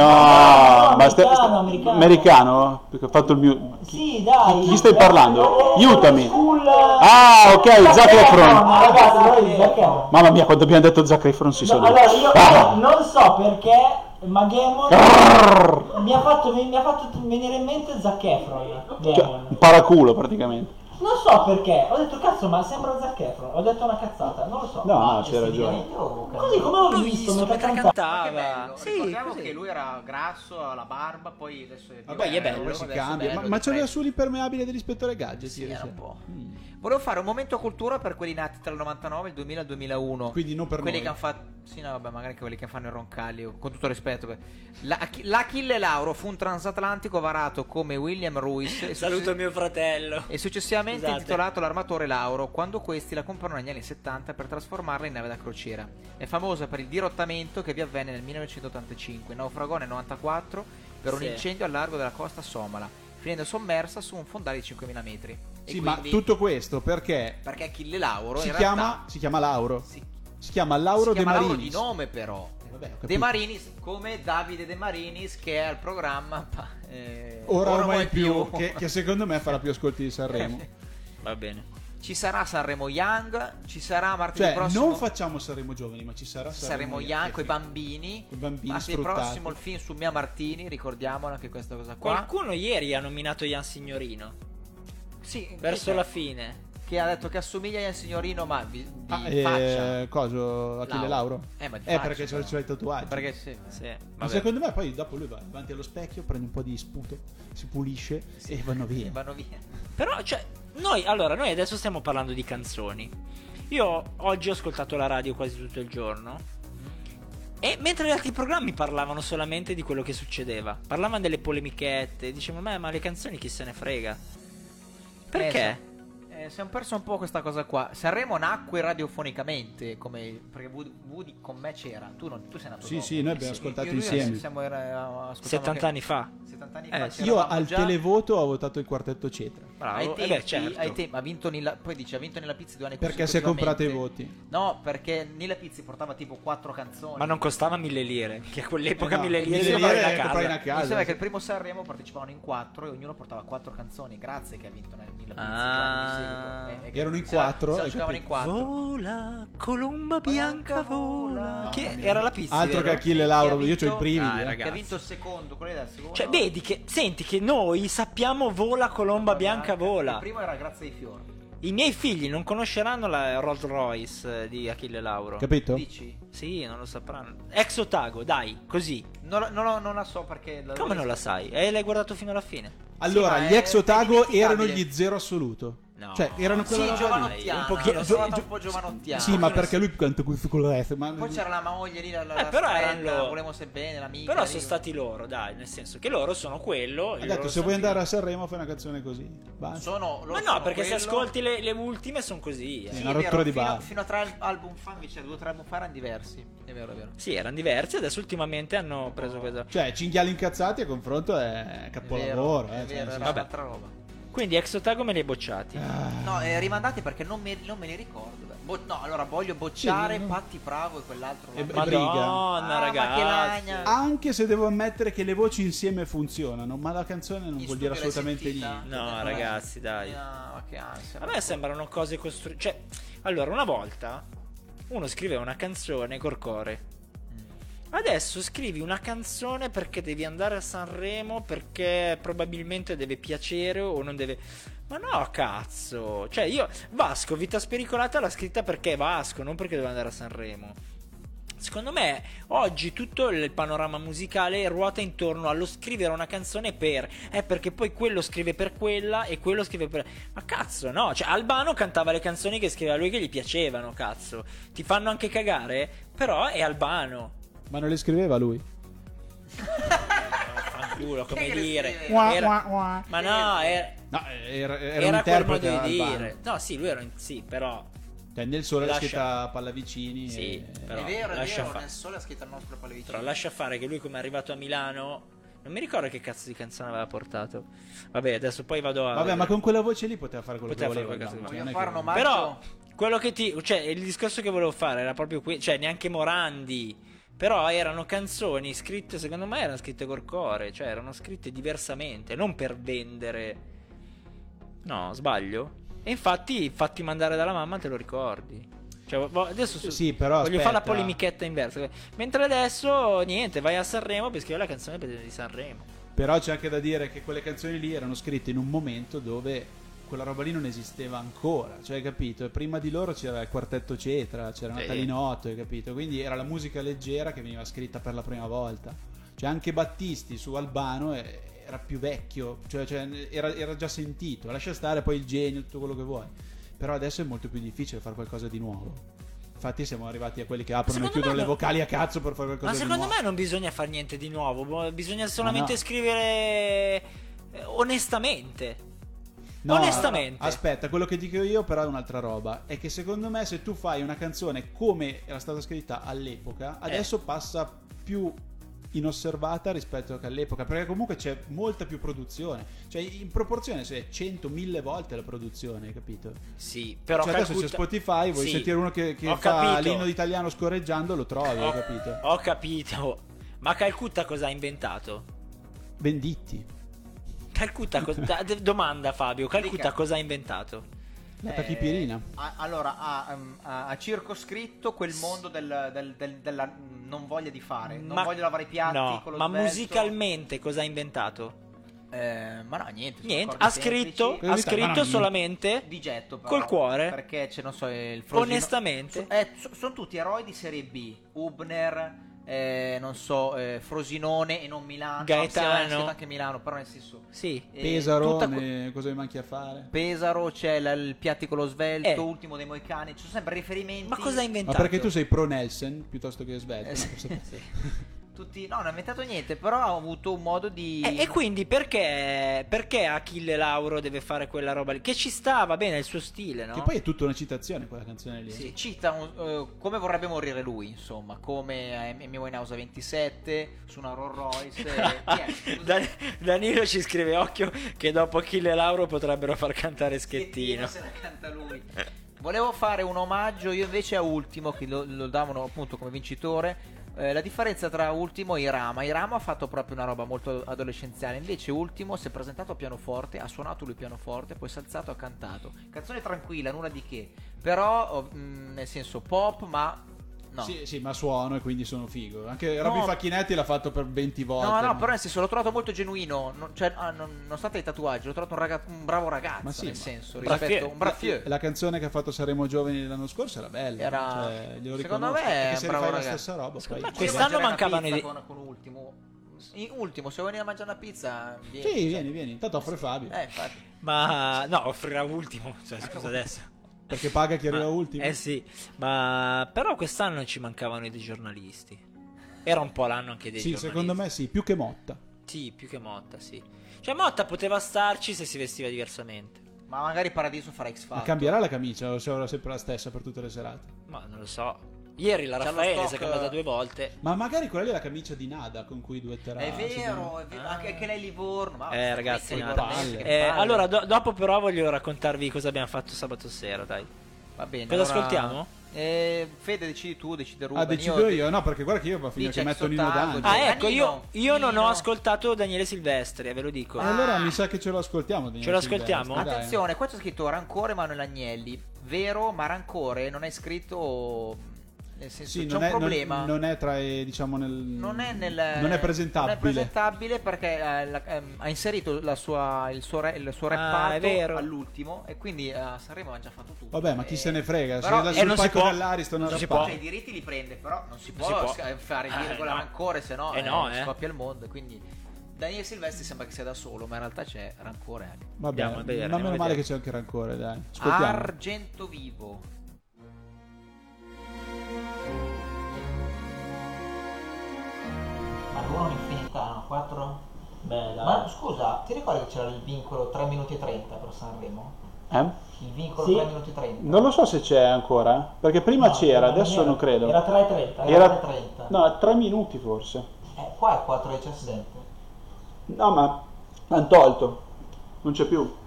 Speaker 2: no,
Speaker 3: ma sta-
Speaker 2: americano,
Speaker 3: sta-
Speaker 2: americano.
Speaker 3: americano? Perché ho fatto il mio...
Speaker 2: Sì, dai.
Speaker 3: Chi stai parlando?
Speaker 2: Eh,
Speaker 3: Aiutami.
Speaker 2: School-
Speaker 3: Ah, ok, Zac Efron.
Speaker 2: Ma ragazzi, allora il Zac Efron.
Speaker 3: Mamma mia, quando abbiamo detto Zac Efron si
Speaker 2: No,
Speaker 3: sono...
Speaker 2: allora io
Speaker 3: Ah.
Speaker 2: non so perché, ma Gammon
Speaker 3: Grrr.
Speaker 2: mi ha fatto, mi ha fatto venire in mente Zac Efron.
Speaker 3: Cioè,
Speaker 2: Gammon.
Speaker 3: un paraculo praticamente.
Speaker 2: Non so perché, ho detto cazzo, ma sembra Zac Efron. Ho detto una cazzata, non lo so. Ah, oh,
Speaker 3: No, no, c'hai
Speaker 4: Vestiti
Speaker 3: ragione.
Speaker 4: meglio o Bucca?
Speaker 2: Così come l'ho
Speaker 5: L'ho
Speaker 2: visto,
Speaker 5: visto
Speaker 2: mentre
Speaker 5: mentre
Speaker 2: cantava.
Speaker 7: Ma che bello.
Speaker 5: cantava.
Speaker 7: Ricordiamo
Speaker 5: così.
Speaker 7: che lui era grasso, ha la barba, poi adesso è
Speaker 6: Ma
Speaker 7: più
Speaker 6: poi è
Speaker 7: bello,
Speaker 6: bello,
Speaker 7: adesso
Speaker 6: si
Speaker 7: è
Speaker 6: cambia. Ma,
Speaker 7: bello,
Speaker 6: ma c'aveva
Speaker 7: difetto.
Speaker 6: solo l'impermeabile dell'ispettore Gadget.
Speaker 7: Sì,
Speaker 6: ieri
Speaker 7: era un
Speaker 6: sera.
Speaker 7: po'.
Speaker 6: Mm.
Speaker 7: Volevo fare un momento cultura per quelli nati tra il 99, il 2000 e il 2001.
Speaker 6: Quindi non per
Speaker 7: quelli
Speaker 6: noi.
Speaker 7: che hanno fatto. Sì, no, vabbè, magari che quelli che fanno i roncalli. o- Con tutto rispetto. beh. La- L'Achille Lauro fu un transatlantico varato come William Ruiz. e
Speaker 5: Saluto
Speaker 7: success-
Speaker 5: mio fratello.
Speaker 7: E successivamente
Speaker 5: Scusate.
Speaker 7: intitolato l'armatore Lauro, quando questi la comprò negli anni 70 per trasformarla in nave da crociera. È famosa per il dirottamento che vi avvenne nel 1985, naufragò nel 94 per un
Speaker 5: Sì.
Speaker 7: incendio al largo della costa somala.
Speaker 4: finendo sommersa su un fondale di 5.000 metri. E
Speaker 6: Sì, ma
Speaker 4: quindi-
Speaker 6: tutto questo perché
Speaker 4: Perché Achille Lauro
Speaker 6: si
Speaker 4: in
Speaker 6: chiama,
Speaker 4: realtà...
Speaker 6: si chiama Lauro.
Speaker 4: si-
Speaker 6: Si chiama Lauro
Speaker 4: si
Speaker 6: De
Speaker 4: chiama Lauro
Speaker 6: Marinis.
Speaker 4: di nome però.
Speaker 6: Eh, vabbè, ho capito.
Speaker 4: De Marinis come Davide De Marinis che è al programma... pa- eh,
Speaker 6: Ora ormai più,
Speaker 4: più.
Speaker 6: che, che secondo me farà più ascolti di Sanremo.
Speaker 5: Va bene.
Speaker 4: Ci sarà Sanremo Young, ci sarà martedì
Speaker 6: Cioè,
Speaker 4: prossimo...
Speaker 6: non facciamo Sanremo giovani, ma ci sarà Sanremo
Speaker 4: Saremo Young con i bambini.
Speaker 6: Coi bambini
Speaker 4: Martedì
Speaker 6: sfruttati.
Speaker 4: prossimo il film su Mia Martini, ricordiamola anche questa cosa qua.
Speaker 5: Qualcuno ieri ha nominato Ian Signorino.
Speaker 4: Sì,
Speaker 5: Verso
Speaker 6: eh,
Speaker 4: che-
Speaker 5: la fine.
Speaker 4: che ha detto che assomiglia al signorino, ma vi- di
Speaker 6: Ah,
Speaker 4: faccia.
Speaker 6: eh, coso, Achille Lauro?
Speaker 4: Eh, ma di
Speaker 6: Eh,
Speaker 4: faccia,
Speaker 6: perché c'è
Speaker 4: però.
Speaker 6: c'è il tatuaggio.
Speaker 4: Perché sì.
Speaker 5: Sì,
Speaker 6: Ma
Speaker 5: vabbè.
Speaker 6: secondo me poi dopo lui va davanti allo specchio, prende un po' di sputo, si pulisce e Eh, vanno via.
Speaker 4: Eh, Vanno via.
Speaker 5: Però, cioè, noi, allora, noi adesso stiamo parlando di canzoni. Io oggi ho ascoltato la radio quasi tutto il giorno. E mentre gli altri programmi parlavano solamente di quello che succedeva, parlavano delle polemichette, dicevano, ma, ma le canzoni chi se ne frega? Perché?
Speaker 4: Eh, siamo perso un po' questa cosa qua. Sanremo nacque radiofonicamente, come perché Woody, Woody con me c'era. Tu, non, tu sei nato
Speaker 6: Sì,
Speaker 4: dopo.
Speaker 6: sì, noi abbiamo
Speaker 4: Eh
Speaker 6: ascoltato
Speaker 4: Io e lui
Speaker 6: insieme.
Speaker 4: siamo- eravamo- ascoltavamo
Speaker 5: 70
Speaker 4: anche-
Speaker 5: anni fa.
Speaker 4: 70 anni
Speaker 5: Eh,
Speaker 4: fa.
Speaker 5: sì.
Speaker 4: c'eravamo
Speaker 6: Io al
Speaker 4: già-
Speaker 6: televoto ho votato il quartetto Cetra.
Speaker 5: Bravo.
Speaker 4: Ai
Speaker 5: eh
Speaker 4: tempi,
Speaker 5: beh, certo.
Speaker 4: ai tempi- ha vinto Nilla, poi dice ha vinto Nilla Pizzi due anni
Speaker 6: Perché si è comprato i
Speaker 4: consecutivamente.
Speaker 6: voti.
Speaker 4: No, perché Nilla Pizzi portava tipo quattro canzoni.
Speaker 5: Ma non costava mille lire, che a quell'epoca
Speaker 6: Eh no,
Speaker 5: mille lire
Speaker 6: mille
Speaker 5: compravi
Speaker 6: lire
Speaker 5: una
Speaker 6: compravi
Speaker 5: casa.
Speaker 6: una
Speaker 4: Mi
Speaker 6: casa,
Speaker 4: sembra
Speaker 6: sì.
Speaker 4: che il primo Sanremo partecipavano in quattro e ognuno portava quattro canzoni. Grazie che ha vinto Nella Pizzi. cioè, di
Speaker 5: Ah.
Speaker 4: seguito.
Speaker 6: Erano in
Speaker 4: se la-
Speaker 6: quattro,
Speaker 4: Se la
Speaker 6: hai
Speaker 4: giocavano in
Speaker 6: capito.
Speaker 4: quattro.
Speaker 5: Vola, colomba bianca vola.
Speaker 4: Mamma
Speaker 5: Che
Speaker 6: mia.
Speaker 5: era la pizza.
Speaker 6: Altro che Achille Lauro,
Speaker 4: Chi ha
Speaker 6: io
Speaker 4: vinto- Ah,
Speaker 6: ho i primi.
Speaker 5: Dai,
Speaker 6: eh.
Speaker 5: ragazzi.
Speaker 4: Che ha vinto il secondo, quello era il secondo.
Speaker 5: Cioè, vedi che, senti che noi sappiamo vola, colomba bianca
Speaker 4: Il
Speaker 5: vola.
Speaker 4: primo era Grazie ai fiori.
Speaker 5: I miei figli non conosceranno la Rolls Royce eh, di Achille Lauro.
Speaker 6: Capito?
Speaker 4: Dici?
Speaker 5: Sì, non lo sapranno. Ex Otago, dai, così.
Speaker 4: Non, la- non la- non la so perché. la-
Speaker 5: Come non la sai? E l'hai guardato fino alla fine.
Speaker 6: Allora,
Speaker 4: ma
Speaker 6: gli
Speaker 4: è-
Speaker 6: ex Otago
Speaker 4: è
Speaker 6: erano
Speaker 4: indimenticabile.
Speaker 6: gli zero assoluto.
Speaker 5: No.
Speaker 6: Cioè, erano quella
Speaker 4: Sì,
Speaker 6: roba lì.
Speaker 4: giovanottiana.
Speaker 5: Un pochino-
Speaker 4: l'ho trovata
Speaker 5: gi-
Speaker 4: un po' giovanottiana.
Speaker 6: Sì, ma perché lui canta qui con la F, ma
Speaker 4: Poi c'era la moglie lì, la, la,
Speaker 5: Eh,
Speaker 4: la
Speaker 5: però
Speaker 4: stretta,
Speaker 5: erano-
Speaker 4: volevamo se bene, l'amica.
Speaker 5: Però
Speaker 4: lì.
Speaker 5: sono stati loro, dai, nel senso che loro sono quello.
Speaker 6: ha
Speaker 5: e
Speaker 6: detto
Speaker 5: loro
Speaker 6: se
Speaker 5: sono
Speaker 6: vuoi
Speaker 5: quello.
Speaker 6: andare a Sanremo fai una canzone così. Basta.
Speaker 4: Sono, loro
Speaker 5: Ma no,
Speaker 4: sono
Speaker 5: perché se
Speaker 4: quello.
Speaker 5: ascolti le, le ultime sono così. eh.
Speaker 6: Sì.
Speaker 5: Sì.
Speaker 6: una
Speaker 4: è
Speaker 6: rottura
Speaker 4: vero,
Speaker 6: di
Speaker 4: fino,
Speaker 6: balle.
Speaker 4: Fino a tre al- album fa, invece, due o tre album fa erano diversi. È vero, è vero.
Speaker 5: erano diversi, adesso ultimamente hanno preso questo.
Speaker 6: Cioè, cinghiali incazzati a confronto è
Speaker 4: È
Speaker 6: capolavoro.
Speaker 4: vero,
Speaker 6: eh,
Speaker 4: è vero,
Speaker 6: cioè, nel
Speaker 4: era
Speaker 6: senso-
Speaker 4: un'altra roba.
Speaker 5: Quindi ex Otago me li hai bocciati.
Speaker 6: Ah.
Speaker 4: No, eh, rimandate perché non me, non me li ricordo. beh. Bo- no, allora voglio bocciare
Speaker 6: Sì, no. Eh,
Speaker 4: Patti Bravo e quell'altro. là.
Speaker 6: E- e-
Speaker 5: Madonna,
Speaker 4: Ah, ma che
Speaker 5: ragazzi.
Speaker 6: Ah,
Speaker 4: lagna.
Speaker 6: Anche se devo ammettere che le voci insieme funzionano, ma la canzone non
Speaker 4: In
Speaker 6: vuol dire
Speaker 4: studio l'hai
Speaker 6: assolutamente
Speaker 4: sentita?
Speaker 6: niente.
Speaker 5: No,
Speaker 4: Eh,
Speaker 5: ragazzi, dai.
Speaker 4: No, ma che ansia.
Speaker 5: A me sembrano cose costruite. Cioè, allora, una volta uno scriveva una canzone col core. Adesso scrivi una canzone perché devi andare a Sanremo perché probabilmente deve piacere o non deve. Ma no, cazzo. Cioè, io Vasco, Vita Spericolata l'ha scritta perché è Vasco, non perché doveva andare a Sanremo. Secondo me oggi tutto il panorama musicale ruota intorno allo scrivere una canzone per. Eh, perché poi quello scrive per quella e quello scrive per. Ma cazzo, no? Cioè, Albano cantava le canzoni che scriveva lui che gli piacevano, cazzo. Ti fanno anche cagare? Però è Albano.
Speaker 6: Ma non le scriveva lui.
Speaker 5: Culo, come
Speaker 4: Che
Speaker 5: dire.
Speaker 4: scrive?
Speaker 5: Era- Ma no, era,
Speaker 6: No, eh, era, era, un
Speaker 5: era quel
Speaker 6: interprete
Speaker 5: modo di
Speaker 6: Albano.
Speaker 5: dire. No, sì, lui era. un- Sì, però.
Speaker 6: Cioè, nel sole l'ha
Speaker 5: Lascia-
Speaker 6: scritta Pallavicini.
Speaker 5: Sì,
Speaker 6: e-
Speaker 5: però-
Speaker 4: è vero, è
Speaker 5: lascia
Speaker 4: vero.
Speaker 5: fa-
Speaker 4: Nel sole ha scritto il nostro pallavicino.
Speaker 5: Però lascia fare che lui come è arrivato a Milano. Non mi ricordo che cazzo di canzone aveva portato. Vabbè, adesso poi vado a.
Speaker 6: Vabbè, ma con quella voce lì poteva fare quello
Speaker 5: Poteva
Speaker 6: che
Speaker 5: fare
Speaker 6: voleva.
Speaker 5: qualcosa.
Speaker 6: cioè, non
Speaker 4: Voglio
Speaker 6: è
Speaker 4: fare un omaggio.
Speaker 6: che-
Speaker 5: Però quello che ti. Cioè, il discorso che volevo fare era proprio qui. Cioè, neanche Morandi. Però erano canzoni scritte, secondo me, erano scritte col core. Cioè, erano scritte diversamente, non per vendere. No, sbaglio. E infatti, fatti mandare dalla mamma, te lo ricordi. Cioè, vo- adesso su-
Speaker 6: Sì, però
Speaker 5: voglio fare la
Speaker 6: aspetta.
Speaker 5: polemichetta inversa. Mentre adesso, niente, vai a Sanremo per scrivere la canzone per- di Sanremo.
Speaker 6: Però c'è anche da dire che quelle canzoni lì erano scritte in un momento dove quella roba lì non esisteva ancora, cioè hai capito? E Prima di loro c'era il quartetto Cetra, c'era
Speaker 5: Sì.
Speaker 6: Natalinotto, hai capito? Quindi era la musica leggera che veniva scritta per la prima volta. Cioè anche Battisti su Albano eh, era più vecchio, cioè, cioè, era, era già sentito, lascia stare poi il genio, tutto quello che vuoi. Però adesso è molto più difficile fare qualcosa di nuovo. Infatti siamo arrivati a quelli che aprono
Speaker 5: Secondo
Speaker 6: e chiudono
Speaker 5: me
Speaker 6: le
Speaker 5: no.
Speaker 6: vocali a cazzo per fare
Speaker 5: Ma
Speaker 6: qualcosa di nuovo. Ah,
Speaker 5: secondo me non bisogna fare niente di nuovo, boh, bisogna solamente
Speaker 6: no.
Speaker 5: scrivere eh, onestamente.
Speaker 6: No,
Speaker 5: Onestamente.
Speaker 6: Aspetta, quello che dico io però è un'altra roba. È che secondo me se
Speaker 4: Eh.
Speaker 6: tu fai una canzone come era stata scritta all'epoca, adesso passa più inosservata rispetto che all'epoca, perché comunque c'è molta più produzione, cioè in proporzione se 100.000 volte la produzione, capito?
Speaker 5: Sì, però
Speaker 6: cioè adesso c'è
Speaker 5: calcutta-
Speaker 6: Spotify, vuoi
Speaker 5: Sì.
Speaker 6: sentire uno che, che
Speaker 5: Ho
Speaker 6: fa
Speaker 5: capito.
Speaker 6: l'inno italiano scorreggiando, lo trovi,
Speaker 5: Ho-
Speaker 6: capito?
Speaker 5: Ho capito. Ma Calcutta cosa ha inventato?
Speaker 6: Venditti,
Speaker 5: Calcutta co- da- d- domanda Fabio, Calcutta
Speaker 4: Dica.
Speaker 5: cosa ha inventato?
Speaker 6: la
Speaker 4: Eh,
Speaker 6: tachipirina.
Speaker 4: a- allora, ha, ehm, ha- ha circoscritto quel mondo del, del- del- della mm, non voglia di fare, non
Speaker 5: Ma-
Speaker 4: voglio lavare i piatti.
Speaker 5: no,
Speaker 4: con lo
Speaker 5: ma
Speaker 4: sverso.
Speaker 5: musicalmente cosa ha inventato?
Speaker 4: Eh, ma no, niente. sono
Speaker 5: Niente,
Speaker 4: accordi
Speaker 5: ha
Speaker 4: semplici. Eh,
Speaker 5: scritto,
Speaker 6: Quello
Speaker 5: ha
Speaker 6: di Tarantino.
Speaker 5: scritto solamente
Speaker 4: Di getto, però,
Speaker 5: col cuore.
Speaker 4: Perché c'è, non so, il Frosino.
Speaker 5: Onestamente.
Speaker 4: sono tutti eroi di Serie B. Ubner, eh, non so, eh, Frosinone e non Milano.
Speaker 5: Gaetano.
Speaker 4: No, sì, aveva scritto anche Milano, però nel senso.
Speaker 5: Sì.
Speaker 4: eh,
Speaker 6: Pesaro,
Speaker 4: tutta que-
Speaker 6: ne- cosa mi manchi a fare?
Speaker 4: Pesaro, c'è la- il piatti con lo svelto,
Speaker 5: Eh.
Speaker 4: ultimo dei Moicani. Ci sono sempre riferimenti.
Speaker 5: Ma cosa ha
Speaker 6: Ma
Speaker 5: inventato?
Speaker 6: perché tu sei pro Nelson piuttosto che Svet?
Speaker 4: Eh, sì, sì. Tutti, no, non ha inventato niente, però ha avuto un modo di.
Speaker 5: Eh, E, e quindi perché, perché Achille Lauro deve fare quella roba lì? Che ci sta, va bene, è il suo stile, no?
Speaker 6: Che poi è tutta una citazione quella canzone lì.
Speaker 4: Sì, cita un- eh, come vorrebbe morire lui, insomma, come eh, Amy Winehouse a 27 su una Rolls Royce. eh, chi è? Scusa.
Speaker 5: Dan- Danilo ci scrive occhio che dopo Achille Lauro potrebbero far cantare
Speaker 4: Schettino
Speaker 5: Schettino.
Speaker 4: se la canta lui. Volevo fare un omaggio io invece a Ultimo, che lo, lo davano appunto come vincitore. Eh, la differenza tra Ultimo e Irama. Irama ha fatto proprio una roba molto adolescenziale. Invece, Ultimo si è presentato a pianoforte, ha suonato lui il pianoforte, poi si è alzato e ha cantato. Canzone tranquilla, nulla di che. Però, oh, mm, nel senso pop, ma. No.
Speaker 6: Sì, sì, ma suono e quindi sono figo. Anche Robby
Speaker 4: No.
Speaker 6: Facchinetti l'ha fatto per 20 volte.
Speaker 4: No, no, però nel senso l'ho trovato molto genuino, non, cioè, ah, non- nonostante i tatuaggi, l'ho trovato un, raga- un bravo ragazzo,
Speaker 6: Ma sì,
Speaker 4: nel
Speaker 6: ma-
Speaker 4: senso,
Speaker 5: Braffier.
Speaker 4: rispetto un braffier.
Speaker 6: La canzone che ha fatto Saremo Giovani l'anno scorso era bella.
Speaker 4: Era-
Speaker 6: cioè, glielo
Speaker 4: secondo
Speaker 6: riconosco.
Speaker 4: me è
Speaker 6: Perché
Speaker 4: un
Speaker 6: se
Speaker 4: bravo
Speaker 6: rifai la
Speaker 4: ragazzo.
Speaker 6: stessa roba.
Speaker 5: Secondo
Speaker 6: poi-
Speaker 5: me
Speaker 4: Io
Speaker 5: quest'anno
Speaker 4: mangerei una
Speaker 5: mancavano
Speaker 4: pizza
Speaker 5: i-
Speaker 4: con, con ultimo. In ultimo, se vuoi venire a mangiare una pizza, vieni. cioè.
Speaker 6: Sì, vieni, vieni. Intanto offre Fabio.
Speaker 4: Eh, infatti.
Speaker 5: Ma no, offrirà ultimo, cioè scusa adesso.
Speaker 6: Perché paga chi arriva
Speaker 5: Ma-
Speaker 6: ultimo.
Speaker 5: Eh sì, ma però quest'anno ci mancavano dei giornalisti. Era un po' l'anno anche dei
Speaker 6: sì,
Speaker 5: giornalisti.
Speaker 6: secondo me sì, più che Motta.
Speaker 5: Sì, più che Motta, sì. Cioè Motta poteva starci se si vestiva diversamente.
Speaker 4: Ma magari Paradiso farà X
Speaker 6: Ma
Speaker 4: Factor.
Speaker 6: cambierà la camicia o sarà sempre la stessa per tutte le serate?
Speaker 5: Ma non lo so. Ieri la
Speaker 4: C'ha lo
Speaker 5: Raffaele si è
Speaker 4: stock-
Speaker 5: cambiata due volte.
Speaker 6: Ma magari quella lì è la camicia di Nada con cui duetterà.
Speaker 4: È vero,
Speaker 6: secondo
Speaker 4: è vero. Anche, anche lei Livorno. Ah. Ma
Speaker 5: Eh
Speaker 4: questa
Speaker 5: ragazzi,
Speaker 4: pizza
Speaker 5: no.
Speaker 4: livornese,
Speaker 6: palle.
Speaker 4: che
Speaker 5: Eh,
Speaker 4: palle.
Speaker 5: allora do- dopo però voglio raccontarvi cosa abbiamo fatto sabato sera, dai.
Speaker 4: va bene.
Speaker 5: cosa
Speaker 4: allora-
Speaker 5: ascoltiamo?
Speaker 4: Eh, Fede, decidi tu, decide
Speaker 6: me.
Speaker 4: Ruben.
Speaker 6: Ah, decido io. No, perché guarda che io va a finire
Speaker 4: Dice
Speaker 6: che metto
Speaker 4: Exo
Speaker 6: Nino
Speaker 4: Tango,
Speaker 6: D'Angelo.
Speaker 5: Ah,
Speaker 4: Giovannino,
Speaker 5: ecco, io, io non ho
Speaker 4: Nino.
Speaker 5: ascoltato Daniele Silvestri, eh, ve lo dico.
Speaker 9: Ah,
Speaker 6: E allora mi sa che ce lo ascoltiamo. Daniele
Speaker 5: Ce lo ascoltiamo?
Speaker 6: Silvestri, dai.
Speaker 4: Ah, Attenzione, qua c'è scritto Rancore Manuel Agnelli. Vero, ma Rancore non è scritto. Nel senso,
Speaker 6: Sì,
Speaker 4: c'è
Speaker 6: non
Speaker 4: un
Speaker 6: è, non,
Speaker 4: problema.
Speaker 6: non è tra i- diciamo nel
Speaker 4: non è nel
Speaker 6: non è presentabile.
Speaker 4: non è presentabile perché eh, la- ehm, ha inserito la sua- il suo, re, il suo rappato
Speaker 5: Ah, è vero.
Speaker 4: all'ultimo e quindi eh, a Sanremo aveva già fatto tutto
Speaker 6: Vabbè, ma chi
Speaker 4: E-
Speaker 6: se ne frega, se
Speaker 4: però,
Speaker 6: la-
Speaker 4: eh,
Speaker 6: sul
Speaker 5: non si
Speaker 6: palco
Speaker 5: può.
Speaker 6: dell'Ariston
Speaker 5: Non si
Speaker 6: rappa.
Speaker 5: può.
Speaker 4: cioè, i diritti li prende però non si
Speaker 5: Non
Speaker 4: può,
Speaker 5: si può.
Speaker 4: sc- fare il
Speaker 5: Eh,
Speaker 4: virgola
Speaker 5: no.
Speaker 4: rancore se no
Speaker 5: Eh, no, eh.
Speaker 4: scoppia il mondo quindi Daniele Silvestri sembra che sia da solo ma in realtà c'è rancore anche
Speaker 6: Vabbè,
Speaker 5: Andiamo a vedere,
Speaker 6: ma
Speaker 5: andiamo
Speaker 6: meno
Speaker 5: a
Speaker 6: male
Speaker 5: vedere.
Speaker 6: che c'è anche rancore, dai. Ascoltiamo.
Speaker 4: Argento vivo
Speaker 1: Ma dura un'infinità, no? 4?
Speaker 2: Beh,
Speaker 1: Ma
Speaker 2: dai.
Speaker 1: scusa, ti ricordi che c'era il vincolo 3 minuti e 30 per Sanremo?
Speaker 3: Eh?
Speaker 1: Il vincolo
Speaker 2: Sì.
Speaker 1: 3 minuti e 30?
Speaker 3: Non lo so se c'è ancora, eh, perché prima
Speaker 2: No,
Speaker 3: c'era,
Speaker 2: non
Speaker 3: adesso
Speaker 2: era.
Speaker 3: non credo.
Speaker 2: Era 3.30.
Speaker 1: Era
Speaker 3: Era-
Speaker 1: 3.30.
Speaker 3: No, a tre minuti forse.
Speaker 1: Eh, qua è 4.17.
Speaker 3: No, ma hanno tolto. Non c'è più.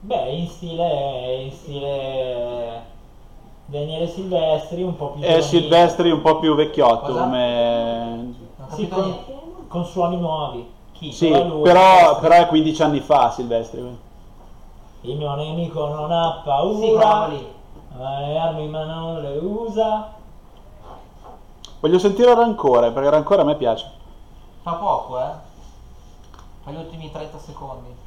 Speaker 2: Beh, in stile, in stile Daniele Silvestri, un po' più...
Speaker 3: È
Speaker 2: giovanile.
Speaker 3: Eh, Silvestri un po' più vecchiotto
Speaker 1: Cosa?
Speaker 3: come...
Speaker 1: Non ho
Speaker 2: Sì,
Speaker 1: capito niente.
Speaker 2: con, con suoni nuovi.
Speaker 1: Chi?
Speaker 3: Sì,
Speaker 2: Però lui-
Speaker 3: però, però è 15 anni fa Silvestri.
Speaker 2: Il mio nemico non
Speaker 1: Sì,
Speaker 2: ha
Speaker 1: quella roba
Speaker 2: paura,
Speaker 1: lì.
Speaker 2: ma le armi ma non le usa.
Speaker 3: Voglio sentire Rancore, perché Rancore a me piace.
Speaker 1: Fa poco, eh? Fa gli ultimi 30 secondi.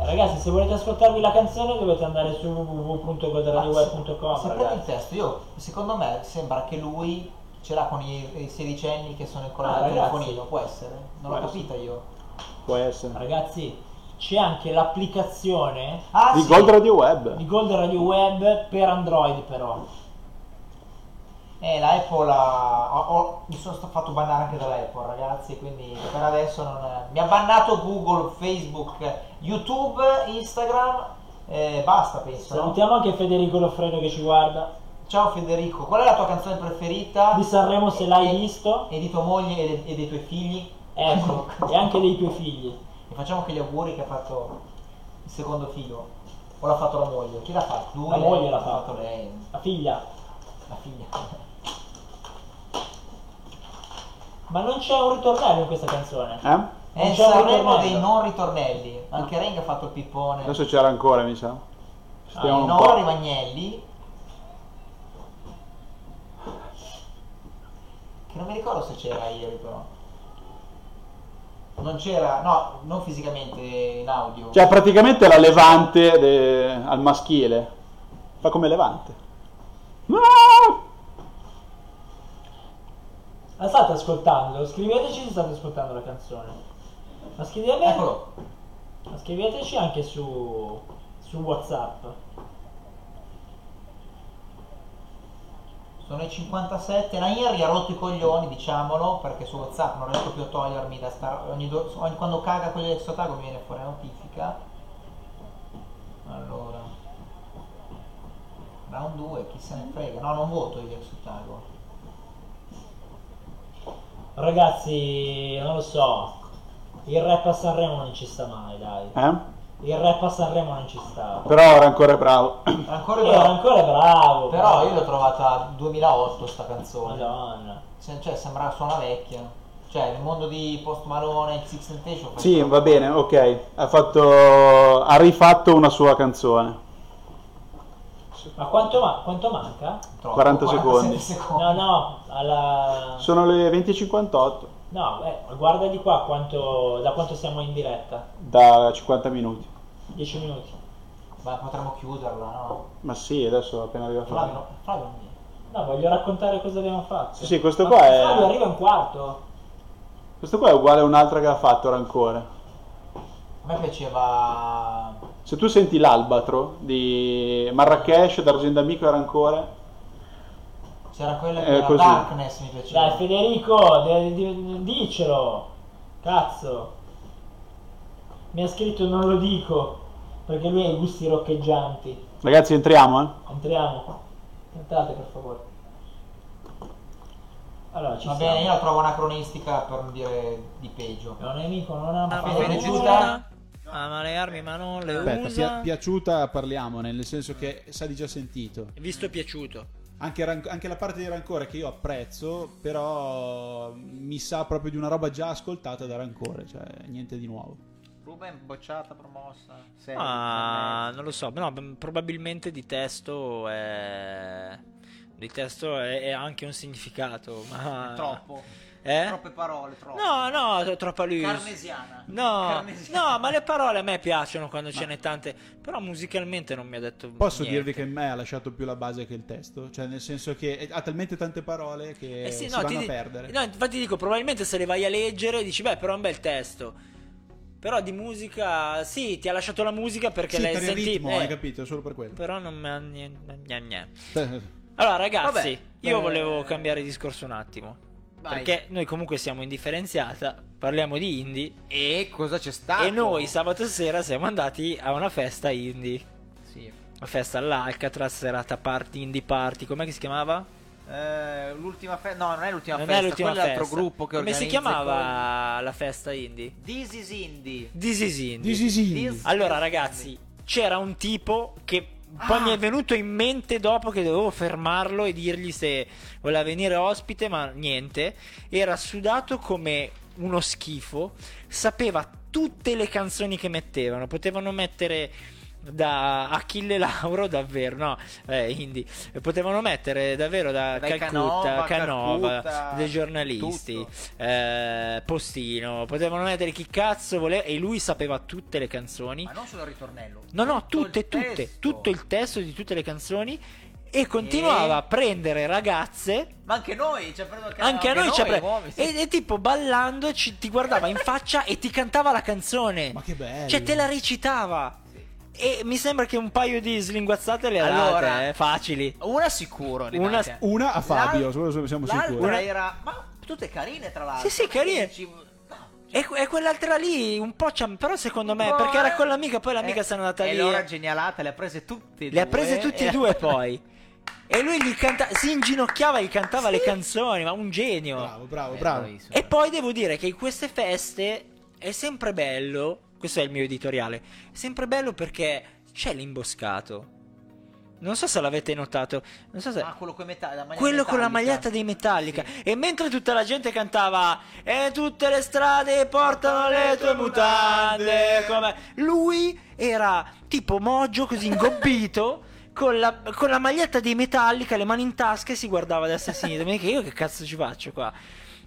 Speaker 2: Eh, ragazzi, se volete ascoltarvi la canzone dovete andare su
Speaker 1: Ma
Speaker 2: www.godradioweb.com,
Speaker 1: se prendi il
Speaker 2: ragazzi.
Speaker 1: testo, io, secondo me, sembra che lui ce l'ha con i, i sedicenni che sono in
Speaker 2: Ah,
Speaker 1: colla del
Speaker 2: ragazzi.
Speaker 1: telefonino, può essere? Non l'ho
Speaker 3: Può
Speaker 1: capita io.
Speaker 3: Può essere.
Speaker 2: Ragazzi, c'è anche l'applicazione
Speaker 1: Ah,
Speaker 3: Di
Speaker 1: sì!
Speaker 3: Gold Radio Web.
Speaker 2: di Gold Radio Web per Android però.
Speaker 4: Eh, la Apple ha- ho- ho- mi sono sta- fatto bannare anche dalla Apple, ragazzi, quindi per adesso non... Mi ha bannato Google, Facebook, YouTube, Instagram, eh, basta penso. no?
Speaker 2: Salutiamo anche Federico Loffredo che ci guarda.
Speaker 4: Ciao Federico, qual è la tua canzone preferita?
Speaker 2: Di Sanremo se l'hai
Speaker 4: E-
Speaker 2: visto.
Speaker 4: E di tua moglie e, de- e dei tuoi figli?
Speaker 2: Ecco, e anche dei tuoi figli.
Speaker 4: E facciamo anche gli auguri che ha fatto il secondo figlio. O l'ha fatto la moglie? Chi l'ha fatto? Lui,
Speaker 2: La
Speaker 4: lei?
Speaker 2: moglie l'ha fatto.
Speaker 4: lei,
Speaker 2: La figlia.
Speaker 4: la figlia.
Speaker 2: Ma non c'è un ritornello in questa canzone.
Speaker 3: Eh?
Speaker 4: È il
Speaker 2: c'è Ah. un
Speaker 4: Sanremo
Speaker 2: ritornello.
Speaker 4: dei non ritornelli. Anche Renga ha fatto il pippone.
Speaker 3: Adesso c'era ancora, mi sa. Stiamo
Speaker 4: Ah,
Speaker 3: un
Speaker 4: Nora
Speaker 3: po'.
Speaker 4: Rivagnelli che non mi ricordo se c'era ieri però non c'era no non fisicamente in audio
Speaker 3: Cioè, praticamente la Levante de- al maschile. Fa come Levante. Ah!
Speaker 2: La state ascoltando? Scriveteci se state ascoltando la canzone. Ma scrivete-
Speaker 4: eccolo
Speaker 2: ma scriveteci anche su, su Whatsapp.
Speaker 4: sono i 57 la Irri ha rotto i coglioni diciamolo perché su whatsapp non riesco più a togliermi da sta ogni, do- ogni- quando caga quello del suo tago mi viene fuori la notifica allora round 2 chi se ne frega no non voto io ex ottago
Speaker 2: Ragazzi, non lo so. Il rap a Sanremo non ci sta mai, dai.
Speaker 3: Eh?
Speaker 2: Il rap a Sanremo non ci sta.
Speaker 3: Però era ancora bravo.
Speaker 4: ancora
Speaker 2: Era ancora bravo.
Speaker 4: Però io l'ho trovata 2008 sta canzone.
Speaker 2: Madonna.
Speaker 4: Se- Cioè, sembra suona vecchia. Cioè, nel mondo di Post Malone e Six Temptation.
Speaker 3: Sì, va bene, ok. Ha, fatto... ha rifatto una sua canzone.
Speaker 2: Ma quanto, ma- quanto manca?
Speaker 4: troppo,
Speaker 3: 40
Speaker 4: 47
Speaker 3: secondi.
Speaker 2: No, no, alla...
Speaker 3: Sono le 20.58
Speaker 2: No, eh, guarda di qua quanto, da quanto siamo in diretta.
Speaker 3: da 50 minuti.
Speaker 2: 10 minuti.
Speaker 4: Ma potremmo chiuderla, no?
Speaker 3: Ma sì, adesso appena arriva
Speaker 4: Flavio,
Speaker 3: Flavio.
Speaker 4: no, Flavio non viene.
Speaker 2: No, voglio raccontare cosa abbiamo fatto.
Speaker 3: Sì, sì, questo
Speaker 2: Ma
Speaker 3: qua è-
Speaker 2: Fabio arriva in quarto.
Speaker 3: Questo qua è uguale a un'altra che ha fatto Rancore.
Speaker 4: A me piaceva...
Speaker 3: Se tu senti l'albatro di Marrakesh, D'Argento Amico e Rancore,
Speaker 4: C'era quella
Speaker 3: Eh,
Speaker 4: che era
Speaker 3: così.
Speaker 4: Darkness, mi piaceva.
Speaker 2: Dai, Federico, de- di- dicelo. Cazzo. Mi ha scritto non lo dico, perché lui ha i gusti roccheggianti.
Speaker 3: ragazzi, entriamo, eh?
Speaker 2: Entriamo. Entrate, per favore. Allora, ci
Speaker 4: Va
Speaker 2: siamo.
Speaker 4: bene, io la trovo anacronistica per non dire di peggio.
Speaker 2: È un nemico, non ha
Speaker 4: Ah,
Speaker 2: una
Speaker 4: va
Speaker 2: paura.
Speaker 4: bene,
Speaker 2: Giuda.
Speaker 4: giusta.
Speaker 5: Ama le armi ma non le
Speaker 6: Aspetta,
Speaker 5: usa.
Speaker 6: pia- piaciuta parliamone, nel senso che sa di già sentito.
Speaker 5: Visto e piaciuto.
Speaker 6: Anche, ranc- anche la parte di rancore che io apprezzo, però mi sa proprio di una roba già ascoltata da rancore, cioè niente di nuovo.
Speaker 9: Ruben bocciata, promossa. Sei,
Speaker 5: Ma Ah, non lo so, no, m- probabilmente di testo è... Di testo è, è anche un significato, ma...
Speaker 9: Troppo.
Speaker 5: Eh?
Speaker 9: Troppe parole, troppo.
Speaker 5: No, no, tro- troppa lui.
Speaker 9: Carnesiana.
Speaker 5: No,
Speaker 9: Carnesiana.
Speaker 5: no, ma le parole a me piacciono quando ce n'è tante, però musicalmente non mi ha detto
Speaker 6: Posso
Speaker 5: niente.
Speaker 6: dirvi che me ha lasciato più la base che il testo, cioè nel senso che eh, ha talmente tante parole che
Speaker 5: Eh sì,
Speaker 6: si
Speaker 5: no, ti
Speaker 6: vanno a
Speaker 5: di-
Speaker 6: perdere.
Speaker 5: no, infatti dico, probabilmente se le vai a leggere dici, beh, però è un bel testo. Però di musica, sì, ti ha lasciato la musica perché
Speaker 6: sì,
Speaker 5: l'hai
Speaker 6: per il
Speaker 5: sentita.
Speaker 6: ritmo,
Speaker 5: eh,
Speaker 6: hai capito, solo per quello.
Speaker 5: Però non mi ha niente. gna gna.
Speaker 6: Beh,
Speaker 5: Allora, ragazzi,
Speaker 9: Vabbè,
Speaker 5: io
Speaker 9: eh,
Speaker 5: volevo cambiare discorso un attimo.
Speaker 9: Vai.
Speaker 5: Perché noi comunque siamo indifferenziata, parliamo di indie.
Speaker 9: E cosa c'è stato?
Speaker 5: E noi sabato sera siamo andati a una festa indie.
Speaker 9: Sì.
Speaker 5: Una festa all'Alcatraz, serata party, indie party. Com'è che si chiamava?
Speaker 9: Eh, l'ultima festa. No, non è l'ultima
Speaker 5: non
Speaker 9: festa.
Speaker 5: è l'ultima
Speaker 9: quello è
Speaker 5: festa.
Speaker 9: l'altro gruppo che
Speaker 5: Come
Speaker 9: organizza
Speaker 5: si
Speaker 9: i
Speaker 5: chiamava la festa indie?
Speaker 9: cori. This is Indie.
Speaker 5: This is indie.
Speaker 6: Disisini.
Speaker 9: This
Speaker 5: Allora,
Speaker 9: is
Speaker 5: ragazzi,
Speaker 9: Indie.
Speaker 5: c'era un tipo che poi
Speaker 9: Ah.
Speaker 5: mi è venuto in mente dopo che dovevo fermarlo e dirgli se voleva venire ospite, ma niente. Era sudato come uno schifo, sapeva tutte le canzoni che mettevano, potevano mettere da Achille Lauro davvero no eh, indie. potevano mettere davvero da
Speaker 9: Dai
Speaker 5: Calcutta
Speaker 9: Canova,
Speaker 5: Canova,
Speaker 9: Calcutta,
Speaker 5: dei giornalisti
Speaker 9: tutto.
Speaker 5: eh, Postino potevano mettere chi cazzo voleva e lui sapeva tutte le canzoni
Speaker 9: Ma non solo il ritornello.
Speaker 5: No, no,
Speaker 9: tutto il
Speaker 5: tutte, tutte,
Speaker 9: testo.
Speaker 5: tutto il testo di tutte le canzoni e continuava
Speaker 9: E-
Speaker 5: a prendere ragazze.
Speaker 9: Ma anche noi, cioè, prendo che-
Speaker 5: Anche a noi ci ha pre-
Speaker 9: muovi, sì.
Speaker 5: e, e tipo ballando ci- ti guardava in faccia e ti cantava la canzone.
Speaker 6: Ma che bello.
Speaker 5: Cioè te la recitava. E mi sembra che un paio di slinguazzate le ha
Speaker 4: Allora-
Speaker 5: date, eh, facili.
Speaker 4: Una sicuro, ne
Speaker 5: Una-
Speaker 4: manca.
Speaker 6: Una a Fabio,
Speaker 4: L'al-
Speaker 6: solo se siamo
Speaker 4: l'altra
Speaker 6: sicuri.
Speaker 4: era... Ma tutte carine, tra l'altro.
Speaker 5: Sì, sì, carine. E, que- e quell'altra lì un po' c'è, però secondo me, perché era con l'amica, poi
Speaker 9: Eh,
Speaker 5: l'amica se n'è andata
Speaker 4: eh. e
Speaker 5: lì. eh.
Speaker 4: l'ora genialata, le ha prese tutte e
Speaker 5: Le ha prese
Speaker 4: due,
Speaker 5: tutti e due poi. E lui gli canta- si inginocchiava e gli cantava le canzoni, ma un genio.
Speaker 6: Bravo, bravo,
Speaker 4: Eh,
Speaker 6: bravo.
Speaker 4: bravissimo.
Speaker 5: E poi devo dire che in queste feste è sempre bello, questo è il mio editoriale, è sempre bello perché c'è l'imboscato. Non so se l'avete notato, non so se...
Speaker 4: Ah, quello con,
Speaker 5: Quello con la maglietta dei Metallica. E mentre tutta la gente cantava E tutte le strade portano le tue mutande. Come... Lui era tipo Moggio, così ingobbito. Con la, con la maglietta dei Metallica, le mani in tasca e si guardava a destra e a sinistra. Mi dice, io che cazzo ci faccio qua?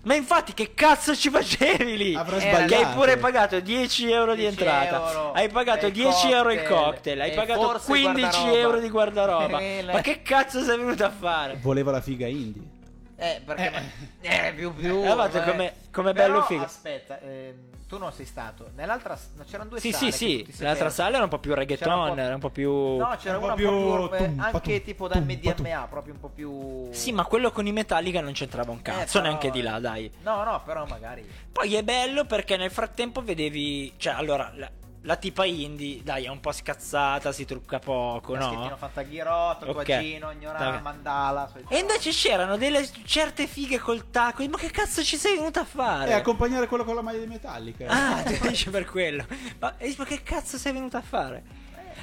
Speaker 5: Ma infatti, che cazzo ci facevi lì?
Speaker 6: Avrà
Speaker 4: Era-
Speaker 5: Che
Speaker 6: sbagliato.
Speaker 5: hai Eh, pure pagato 10 euro di
Speaker 4: 10
Speaker 5: entrata,
Speaker 4: euro
Speaker 5: hai pagato
Speaker 4: del
Speaker 5: 10 euro il
Speaker 4: cocktail,
Speaker 5: cocktail, hai
Speaker 4: e
Speaker 5: pagato
Speaker 4: forse
Speaker 5: 15
Speaker 4: guardaroba.
Speaker 5: euro di guardaroba.
Speaker 4: Eh, la-
Speaker 5: Ma che cazzo sei venuto a fare?
Speaker 6: Voleva la figa indie.
Speaker 4: Eh, perché... Eh, più più...
Speaker 5: Eh, guarda,
Speaker 4: vabbè.
Speaker 5: come- come
Speaker 4: Però,
Speaker 5: bello figo.
Speaker 4: aspetta, ehm, tu non sei stato. Nell'altra... s- no, C'erano due
Speaker 5: Sì,
Speaker 4: sale.
Speaker 5: sì,
Speaker 4: che tutti
Speaker 5: sì.
Speaker 4: si
Speaker 5: L'altra
Speaker 4: fermano.
Speaker 5: sala era un po' più
Speaker 4: C'era
Speaker 5: reggaeton,
Speaker 4: un po'-
Speaker 5: era un po' più.
Speaker 4: No, c'era
Speaker 6: Un po'
Speaker 4: una un
Speaker 6: più
Speaker 4: po' più... eh,
Speaker 6: tum,
Speaker 4: anche
Speaker 6: patum,
Speaker 4: tipo da
Speaker 6: tum,
Speaker 4: MDMA, proprio un po' più...
Speaker 5: Sì, ma quello con i Metallica non c'entrava un cazzo
Speaker 4: Eh, però-
Speaker 5: neanche di là, dai.
Speaker 4: No, no, però magari...
Speaker 5: Poi è bello perché nel frattempo vedevi. Cioè, allora, la, la tipa indie, dai, è un po' scazzata, si trucca poco,
Speaker 4: Caschettino
Speaker 5: no?
Speaker 4: Fantaghirò,
Speaker 5: Ok.
Speaker 4: tatuaggino, ignorante,
Speaker 5: Vabbè.
Speaker 4: mandala...
Speaker 5: E invece c'erano delle certe fighe col tacco. Ma che cazzo ci sei venuta a fare?
Speaker 6: E Eh, accompagnare quello con la maglia di Metallica.
Speaker 5: Eh. Ah, tu dici per quello. Ma, e dici, ma che cazzo sei venuta a fare?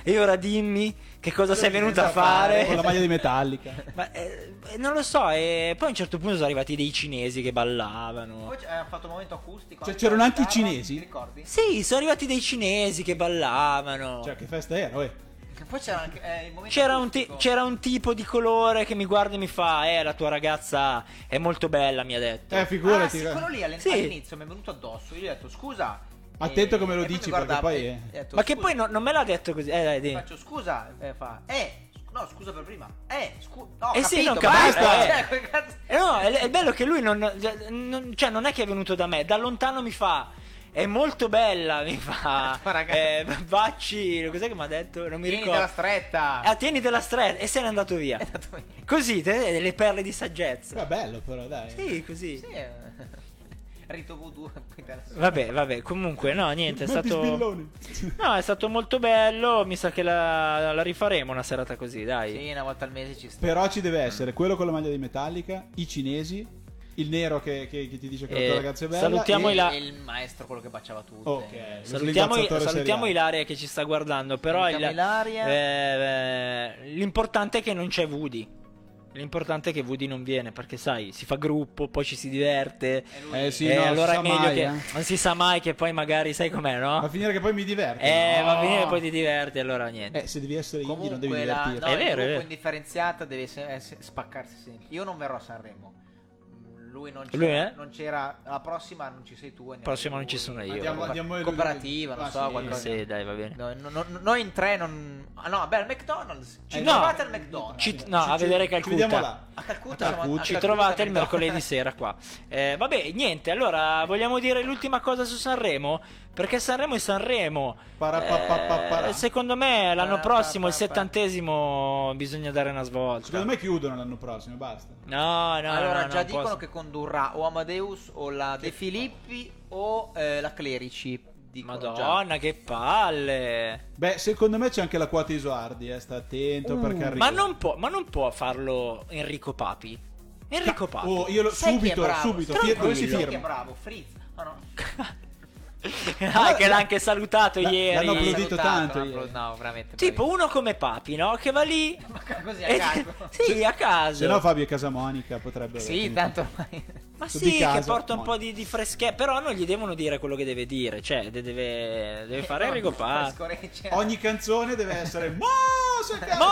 Speaker 5: E ora dimmi che cosa sei venuta a fare.
Speaker 6: Con la maglia di Metallica.
Speaker 5: Ma eh, non lo so, e poi a un certo punto sono arrivati dei cinesi che ballavano.
Speaker 4: Poi c- hanno fatto un momento acustico.
Speaker 6: Cioè,
Speaker 4: anche
Speaker 6: c'erano
Speaker 4: con la
Speaker 6: anche i
Speaker 4: chitarra,
Speaker 6: cinesi?
Speaker 4: Ti ricordi?
Speaker 5: Sì, sono arrivati dei cinesi che ballavano.
Speaker 6: Cioè, che festa era, uè.
Speaker 4: Che Poi c'era anche eh, il momento
Speaker 5: C'era un, ti-
Speaker 4: acustico. Ah,
Speaker 5: c'era un tipo di colore che mi guarda e mi fa: Eh, la tua ragazza è molto bella, mi ha detto.
Speaker 6: Eh,
Speaker 4: Ah,
Speaker 6: figurati.
Speaker 4: sì,
Speaker 6: eh.
Speaker 4: quello lì all'in-
Speaker 5: Sì.
Speaker 4: all'inizio mi è venuto addosso. Io gli ho detto scusa.
Speaker 6: Attento
Speaker 4: eh,
Speaker 6: come lo
Speaker 4: e poi
Speaker 6: dici,
Speaker 4: mi guardava
Speaker 6: perché poi,
Speaker 4: e-
Speaker 6: eh.
Speaker 4: gli ho detto,
Speaker 5: Ma che
Speaker 4: "Scusa",
Speaker 5: poi no- non me l'ha detto così. Eh, dai, dimmi.
Speaker 4: Faccio scusa. E fa, eh, sc- no, scusa per prima. Eh, scusa. No,
Speaker 5: Eh sì,
Speaker 4: capito,
Speaker 5: non capisco,
Speaker 4: basta,
Speaker 5: eh.
Speaker 4: cioè, quel cazzo-
Speaker 5: Eh No, è, è bello che lui non, non- Cioè, non è che è venuto da me, da lontano mi fa. È molto bella, mi fa.
Speaker 4: Ma ragazzi.
Speaker 5: Eh, vacci. Cos'è che mi ha detto? Non mi
Speaker 4: Vieni
Speaker 5: ricordo.
Speaker 4: dalla stretta.
Speaker 5: Ah, tieni della stretta e se n'è andato via. Così, te- delle perle di saggezza.
Speaker 6: Era bello, però, dai.
Speaker 5: Sì, così.
Speaker 4: Sì, eh. Rito voodoo. poi te la-
Speaker 5: Vabbè, vabbè, comunque, no, niente, è
Speaker 6: Bel
Speaker 5: stato.
Speaker 6: bisbillone.
Speaker 5: No, è stato molto bello. Mi sa che la, la rifaremo una serata così, dai.
Speaker 4: Sì, una volta al mese ci sta.
Speaker 6: Però ci deve essere quello con la maglia di Metallica, i cinesi, il nero che, che- che ti dice che la
Speaker 5: Eh,
Speaker 6: tua ragazza è bella.
Speaker 5: salutiamo
Speaker 6: e-
Speaker 5: i la-
Speaker 4: E il maestro, quello che baciava tutti.
Speaker 6: Ok, lo
Speaker 5: Salutiamo,
Speaker 6: slinguazzatore
Speaker 5: salutiamo
Speaker 6: seriale.
Speaker 5: Ilaria che ci sta guardando. Però il-
Speaker 4: Salutiamo Ilaria.
Speaker 5: eh, eh, l'importante è che non c'è Woody. L'importante è che Woody non viene perché, sai, si fa gruppo, poi ci si diverte.
Speaker 4: E lui-
Speaker 6: Eh sì,
Speaker 5: e
Speaker 6: no,
Speaker 5: allora
Speaker 6: si
Speaker 5: è
Speaker 6: sa
Speaker 5: meglio
Speaker 6: mai,
Speaker 5: che.
Speaker 6: eh.
Speaker 5: Non si sa mai che poi magari, sai com'è,
Speaker 6: Va a
Speaker 5: no?
Speaker 6: finire che poi mi diverto.
Speaker 5: Ah. Eh,
Speaker 6: No.
Speaker 5: va a finire e poi ti diverti, allora niente.
Speaker 6: Eh, se devi essere indie non devi
Speaker 4: Comunque la
Speaker 6: divertirti.
Speaker 4: no,
Speaker 5: È
Speaker 4: è
Speaker 5: vero, è
Speaker 4: vero,
Speaker 5: vero.
Speaker 4: indifferenziata deve se- eh, se- spaccarsi sempre. Io non verrò a Sanremo. Mm, Lui non c'era,
Speaker 5: Lui, eh?
Speaker 4: non c'era- la prossima non ci sei tu. andiamo
Speaker 5: Prossima
Speaker 4: lui.
Speaker 5: non ci sono io.
Speaker 6: Andiamo-
Speaker 4: Cooper-
Speaker 6: andiamo io, lui-
Speaker 4: cooperativa, non
Speaker 6: Ah,
Speaker 4: so,
Speaker 6: sì,
Speaker 4: qualcosa.
Speaker 5: Sì, dai, va bene.
Speaker 4: No, no, no, noi in tre non... Ah, no, beh, al McDonald's. Ci
Speaker 5: Eh, no.
Speaker 4: trovate al McDonald's.
Speaker 5: Ci- no,
Speaker 6: Ci-
Speaker 5: a vedere
Speaker 6: ci vediamo
Speaker 5: Calcutta.
Speaker 6: là.
Speaker 4: A Calcutta siamo
Speaker 6: Calcutta.
Speaker 4: a- a
Speaker 5: Ci
Speaker 4: Calcutta
Speaker 5: trovate il
Speaker 4: McDonald's.
Speaker 5: mercoledì sera qua. Eh, vabbè, niente. Allora, vogliamo dire l'ultima cosa su Sanremo? Perché Sanremo è Sanremo.
Speaker 6: Parapapapapara.
Speaker 5: Eh, secondo me l'anno
Speaker 4: Parapapapa.
Speaker 5: prossimo, il settantesimo, bisogna dare una svolta.
Speaker 6: Secondo me chiudono l'anno prossimo, basta.
Speaker 5: No, no,
Speaker 4: allora
Speaker 5: no,
Speaker 4: già
Speaker 5: non
Speaker 4: dicono
Speaker 5: posso.
Speaker 4: che condurrà o Amadeus o la De Filippi o eh, la Clerici. dicono già.
Speaker 5: Madonna, che palle.
Speaker 6: Beh, secondo me c'è anche la quota Isoardi, eh, sta attento perché arriva.
Speaker 5: Uh, Ma non, può, ma non può farlo Enrico Papi. Enrico Papi.
Speaker 6: Oh, io lo-
Speaker 4: Sai chi è
Speaker 6: subito,
Speaker 4: bravo?
Speaker 6: subito,
Speaker 4: Sai
Speaker 6: fir- dove si
Speaker 4: chi è
Speaker 6: firma?
Speaker 4: bravo? Fritz. Ah, no.
Speaker 5: Ah, che l'ha anche salutato
Speaker 6: la-
Speaker 5: ieri.
Speaker 6: l'hanno applaudito. tanto
Speaker 4: no,
Speaker 6: ieri.
Speaker 4: appro- No, veramente.
Speaker 5: Tipo uno come Papi, no? Che va lì.
Speaker 4: bravissimo. Eh, così a caso.
Speaker 5: e- sì, a caso.
Speaker 6: Se no Fabio e Casamonica potrebbero...
Speaker 4: Sì, tanto ormai.
Speaker 5: Ma
Speaker 6: Su
Speaker 5: sì,
Speaker 6: di
Speaker 5: che
Speaker 6: casa,
Speaker 5: porta un
Speaker 6: Monica.
Speaker 5: po' di, di freschezza. Però non gli devono dire quello che deve dire. Cioè, de- deve,
Speaker 4: Eh,
Speaker 5: deve fare Enrico Papi.
Speaker 6: Ogni canzone deve essere... Mo, se cazzo!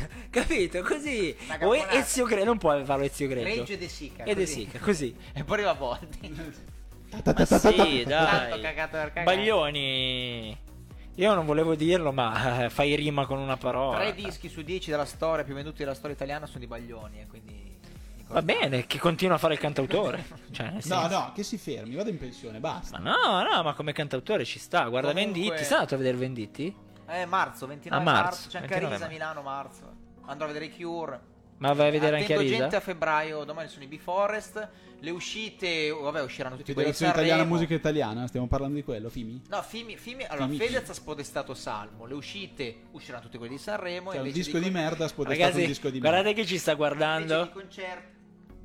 Speaker 5: Mo, capito? Così.
Speaker 4: Raga,
Speaker 5: O E-
Speaker 4: buonanotte.
Speaker 5: Ezio Greggio, non può farlo Ezio Greggio.
Speaker 4: Reggio e De Sica.
Speaker 5: E De
Speaker 4: così.
Speaker 5: Sica, così.
Speaker 4: E poi arriva Volti.
Speaker 5: Ma
Speaker 4: Tanto
Speaker 5: sì, dai.
Speaker 4: cagato per cagare.
Speaker 5: Baglioni. Io non volevo dirlo, ma eh, fai rima con una parola.
Speaker 4: Tre dischi su dieci della storia più venduti della storia italiana sono di Baglioni. E quindi.
Speaker 5: Va bene, che continua a fare il cantautore. Cioè, nel
Speaker 6: No,
Speaker 5: senso-
Speaker 6: no, che si fermi, vado in pensione, basta.
Speaker 5: Ma no, no, ma come cantautore ci sta. Guarda
Speaker 4: Comunque-
Speaker 5: Venditti. Sei andato a vedere Venditti?
Speaker 4: Eh, marzo, 29
Speaker 5: A marzo,
Speaker 4: C'è anche Arisa
Speaker 5: 29
Speaker 4: a
Speaker 5: marzo.
Speaker 4: Milano, marzo. Andrò a vedere i Cure.
Speaker 5: Ma vai a vedere anche
Speaker 4: Attendo
Speaker 5: Arisa?
Speaker 4: gente a febbraio, domani sono i Beforest. Le uscite, vabbè, usciranno tutti quelli di
Speaker 6: Federazione
Speaker 4: Sanremo.
Speaker 6: italiana, musica italiana, stiamo parlando di quello, Fimi.
Speaker 4: No, Fimi, Fimi- allora,
Speaker 6: Fimi.
Speaker 4: Fedez ha spodestato Salmo. Le uscite usciranno tutti quelli di Sanremo.
Speaker 6: Cioè, un
Speaker 4: invece
Speaker 6: disco di
Speaker 4: con-
Speaker 6: merda ha spodestato un
Speaker 5: Ragazzi,
Speaker 6: disco di merda.
Speaker 5: guardate che ci sta
Speaker 4: invece di
Speaker 5: guardando.
Speaker 4: concerti.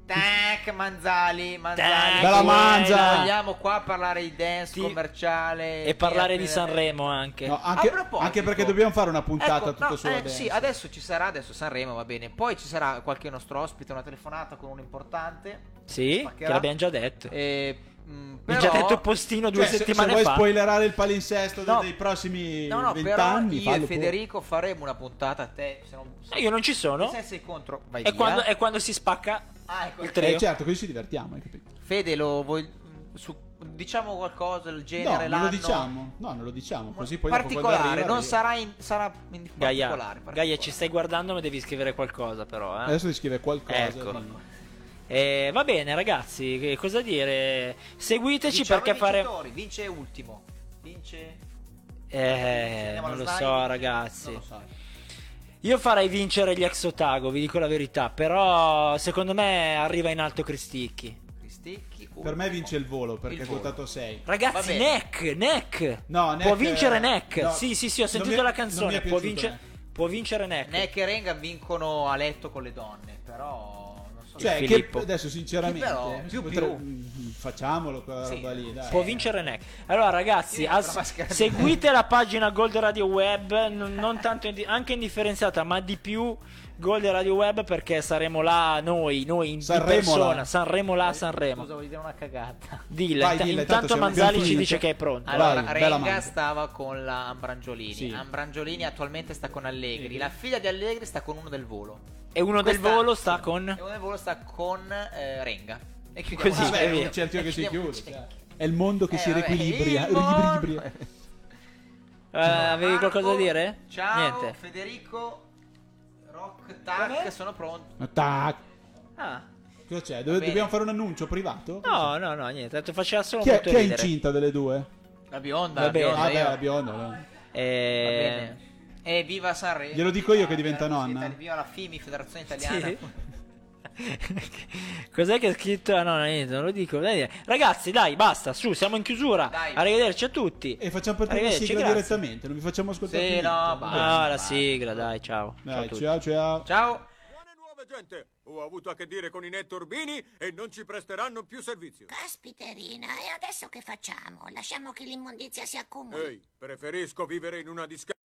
Speaker 4: Tac, Manzali, Manzali.
Speaker 5: Tac,
Speaker 4: Guarda,
Speaker 6: Bella Manza!
Speaker 4: Vogliamo qua parlare di dance
Speaker 5: Ti-
Speaker 4: commerciale.
Speaker 5: E parlare
Speaker 4: eh,
Speaker 5: di Sanremo anche.
Speaker 6: No,
Speaker 4: A
Speaker 6: anche,
Speaker 4: proposito-
Speaker 6: anche perché dobbiamo fare una puntata
Speaker 4: Ecco,
Speaker 6: tutto
Speaker 4: no,
Speaker 6: sulla
Speaker 4: eh,
Speaker 6: dance.
Speaker 4: Sì, adesso ci sarà, adesso Sanremo va bene. Poi ci sarà qualche nostro ospite, una telefonata con un importante.
Speaker 5: Sì, che
Speaker 4: Spaccherà.
Speaker 5: l'abbiamo già detto.
Speaker 4: Eh, mh,
Speaker 5: Mi
Speaker 4: però...
Speaker 5: ha già detto postino due
Speaker 6: Cioè, se-
Speaker 5: settimane
Speaker 6: se, vuoi
Speaker 5: fa.
Speaker 6: spoilerare il palinsesto de-
Speaker 4: No.
Speaker 6: dei prossimi
Speaker 4: No, no, però
Speaker 6: vent'anni,
Speaker 4: io
Speaker 6: fallo
Speaker 4: e
Speaker 6: pure.
Speaker 4: Federico faremo una puntata a te. Se non,
Speaker 5: Eh, io non ci sono.
Speaker 4: se sei contro, vai
Speaker 5: E
Speaker 4: via.
Speaker 5: quando, e quando si spacca
Speaker 4: Ah, ecco.
Speaker 5: il
Speaker 6: Eh,
Speaker 5: trio.
Speaker 6: certo, così ci divertiamo, hai capito?
Speaker 4: Fede, lo vuoi... su- diciamo qualcosa, il
Speaker 6: No,
Speaker 4: genere,
Speaker 6: non
Speaker 4: l'anno...
Speaker 6: lo diciamo. No, non lo diciamo, così poi dopo quando
Speaker 4: particolare,
Speaker 6: arriva,
Speaker 4: non
Speaker 6: arriva.
Speaker 4: sarà in, sarà in particolare.
Speaker 5: Gaia, Gaia,
Speaker 4: particolare.
Speaker 5: ci stai guardando, ma devi scrivere qualcosa però. Eh?
Speaker 6: Adesso ti scrive qualcosa.
Speaker 5: Ecco.
Speaker 6: Fimi.
Speaker 5: Eh, va bene ragazzi, che cosa dire? Seguiteci
Speaker 4: Diciamo
Speaker 5: perché
Speaker 4: i
Speaker 5: fare...
Speaker 4: vincitori, Vince ultimo. Vince...
Speaker 5: Eh,
Speaker 4: Andiamo
Speaker 5: non
Speaker 4: alla
Speaker 5: lo
Speaker 4: slide?
Speaker 5: so ragazzi.
Speaker 4: Non lo so.
Speaker 5: Io farei vincere gli ex Otago, vi dico la verità, però secondo me arriva in alto Cristicchi.
Speaker 4: Cristicchi,
Speaker 6: Per me
Speaker 4: ultimo.
Speaker 6: vince il volo perché
Speaker 4: Il
Speaker 6: ha
Speaker 4: volo.
Speaker 6: votato 6.
Speaker 4: Va
Speaker 5: Ragazzi,
Speaker 4: bene.
Speaker 5: Neck, Neck.
Speaker 6: No,
Speaker 5: Può
Speaker 6: Neck,
Speaker 5: vincere
Speaker 6: eh,
Speaker 5: Neck.
Speaker 6: no.
Speaker 5: Sì, sì, sì, ho
Speaker 6: Non
Speaker 5: sentito
Speaker 6: mi è-
Speaker 5: la
Speaker 6: non mi
Speaker 5: canzone.
Speaker 6: è
Speaker 5: Può,
Speaker 6: piaciuto,
Speaker 5: vince- può vincere Neck.
Speaker 4: Neck e Renga vincono a letto con le donne, però non so
Speaker 6: Cioè, che
Speaker 5: Filippo.
Speaker 6: adesso sinceramente
Speaker 4: Che però, più,
Speaker 6: potre-
Speaker 4: più.
Speaker 6: Mm, facciamolo quella
Speaker 4: Sì,
Speaker 6: roba lì, dai.
Speaker 5: Può vincere Neck. Allora, ragazzi,
Speaker 4: Io ho la
Speaker 5: as-
Speaker 4: maschera di-
Speaker 5: seguite la pagina Gold Radio Web. Non, non tanto indi- anche indifferenziata, ma di più Gold Radio Web perché saremo là noi, noi in di
Speaker 6: Sanremo là.
Speaker 5: persona. Sanremo là, Sanremo.
Speaker 4: Scusa, voglio dire una cagata.
Speaker 5: Dilla,
Speaker 6: Vai,
Speaker 5: int-
Speaker 6: dilla, tanto
Speaker 5: intanto
Speaker 6: siamo
Speaker 5: Manzali
Speaker 6: ben
Speaker 5: ci
Speaker 6: finiti.
Speaker 5: dice che è pronto.
Speaker 6: Allora,
Speaker 4: Allora,
Speaker 6: bella
Speaker 4: Renga
Speaker 6: mancia.
Speaker 4: stava con la Ambrangiolini.
Speaker 6: Sì.
Speaker 4: Ambrangiolini attualmente sta con Allegri. La figlia di Allegri sta con uno del volo.
Speaker 5: E uno
Speaker 4: Questa-
Speaker 5: del volo sta
Speaker 4: sì.
Speaker 5: con.
Speaker 4: E uno del volo sta con eh, Renga. E chiudiamo
Speaker 5: Così,
Speaker 4: la-
Speaker 5: è
Speaker 6: Vabbè, è
Speaker 5: via.
Speaker 6: un cerchio
Speaker 4: E
Speaker 6: che si
Speaker 4: chiudiamo-
Speaker 6: chiude. cioè. È il mondo che
Speaker 4: Eh,
Speaker 6: si
Speaker 4: vabbè,
Speaker 6: riequilibria.
Speaker 4: il mondo-
Speaker 6: riequilibria.
Speaker 5: Eh, avevi
Speaker 4: Marco,
Speaker 5: qualcosa da dire?
Speaker 4: Ciao,
Speaker 5: Niente.
Speaker 4: Federico. Rock, tac,
Speaker 5: Come?
Speaker 4: sono pronto.
Speaker 6: Ma Tac.
Speaker 5: Ah,
Speaker 6: Cosa c'è? Dove-
Speaker 4: bene.
Speaker 6: dobbiamo fare un annuncio privato?
Speaker 5: no, no, no, niente. tanto Faceva solo
Speaker 6: Chi è,
Speaker 5: molto
Speaker 6: chi è
Speaker 5: ridere.
Speaker 6: incinta delle due?
Speaker 4: La bionda,
Speaker 5: Va
Speaker 4: la
Speaker 5: bene.
Speaker 4: bionda.
Speaker 6: Vabbè,
Speaker 4: io.
Speaker 6: la bionda. no.
Speaker 4: Va
Speaker 5: Eh,
Speaker 4: bene. E viva Sanremo.
Speaker 6: Glielo dico io che diventa
Speaker 4: Viva la
Speaker 6: nonna.
Speaker 4: Itali- Viva la FIMI, Federazione Italiana.
Speaker 5: Sì. Cos'è che ha scritto? Ah, No, no, niente, non lo dico. Dai, dai. Ragazzi, dai, basta. Su, siamo in chiusura.
Speaker 4: Dai.
Speaker 5: Arrivederci a tutti.
Speaker 6: E facciamo partire la
Speaker 5: Arrivederci,
Speaker 6: sigla
Speaker 5: grazie.
Speaker 6: direttamente, non vi facciamo ascoltare
Speaker 4: Sì,
Speaker 6: più
Speaker 4: no,
Speaker 6: niente.
Speaker 4: basta.
Speaker 5: Ah, la sigla, dai, ciao. ciao a
Speaker 6: Dai,
Speaker 5: tutti.
Speaker 6: ciao, ciao.
Speaker 4: Ciao.
Speaker 10: Buone nuove, gente! Ho avuto a che dire con i netturbini e non ci presteranno più servizio.
Speaker 11: Caspiterina, e adesso che facciamo? Lasciamo che l'immondizia si accumuli?
Speaker 10: Ehi, preferisco vivere in una discarica.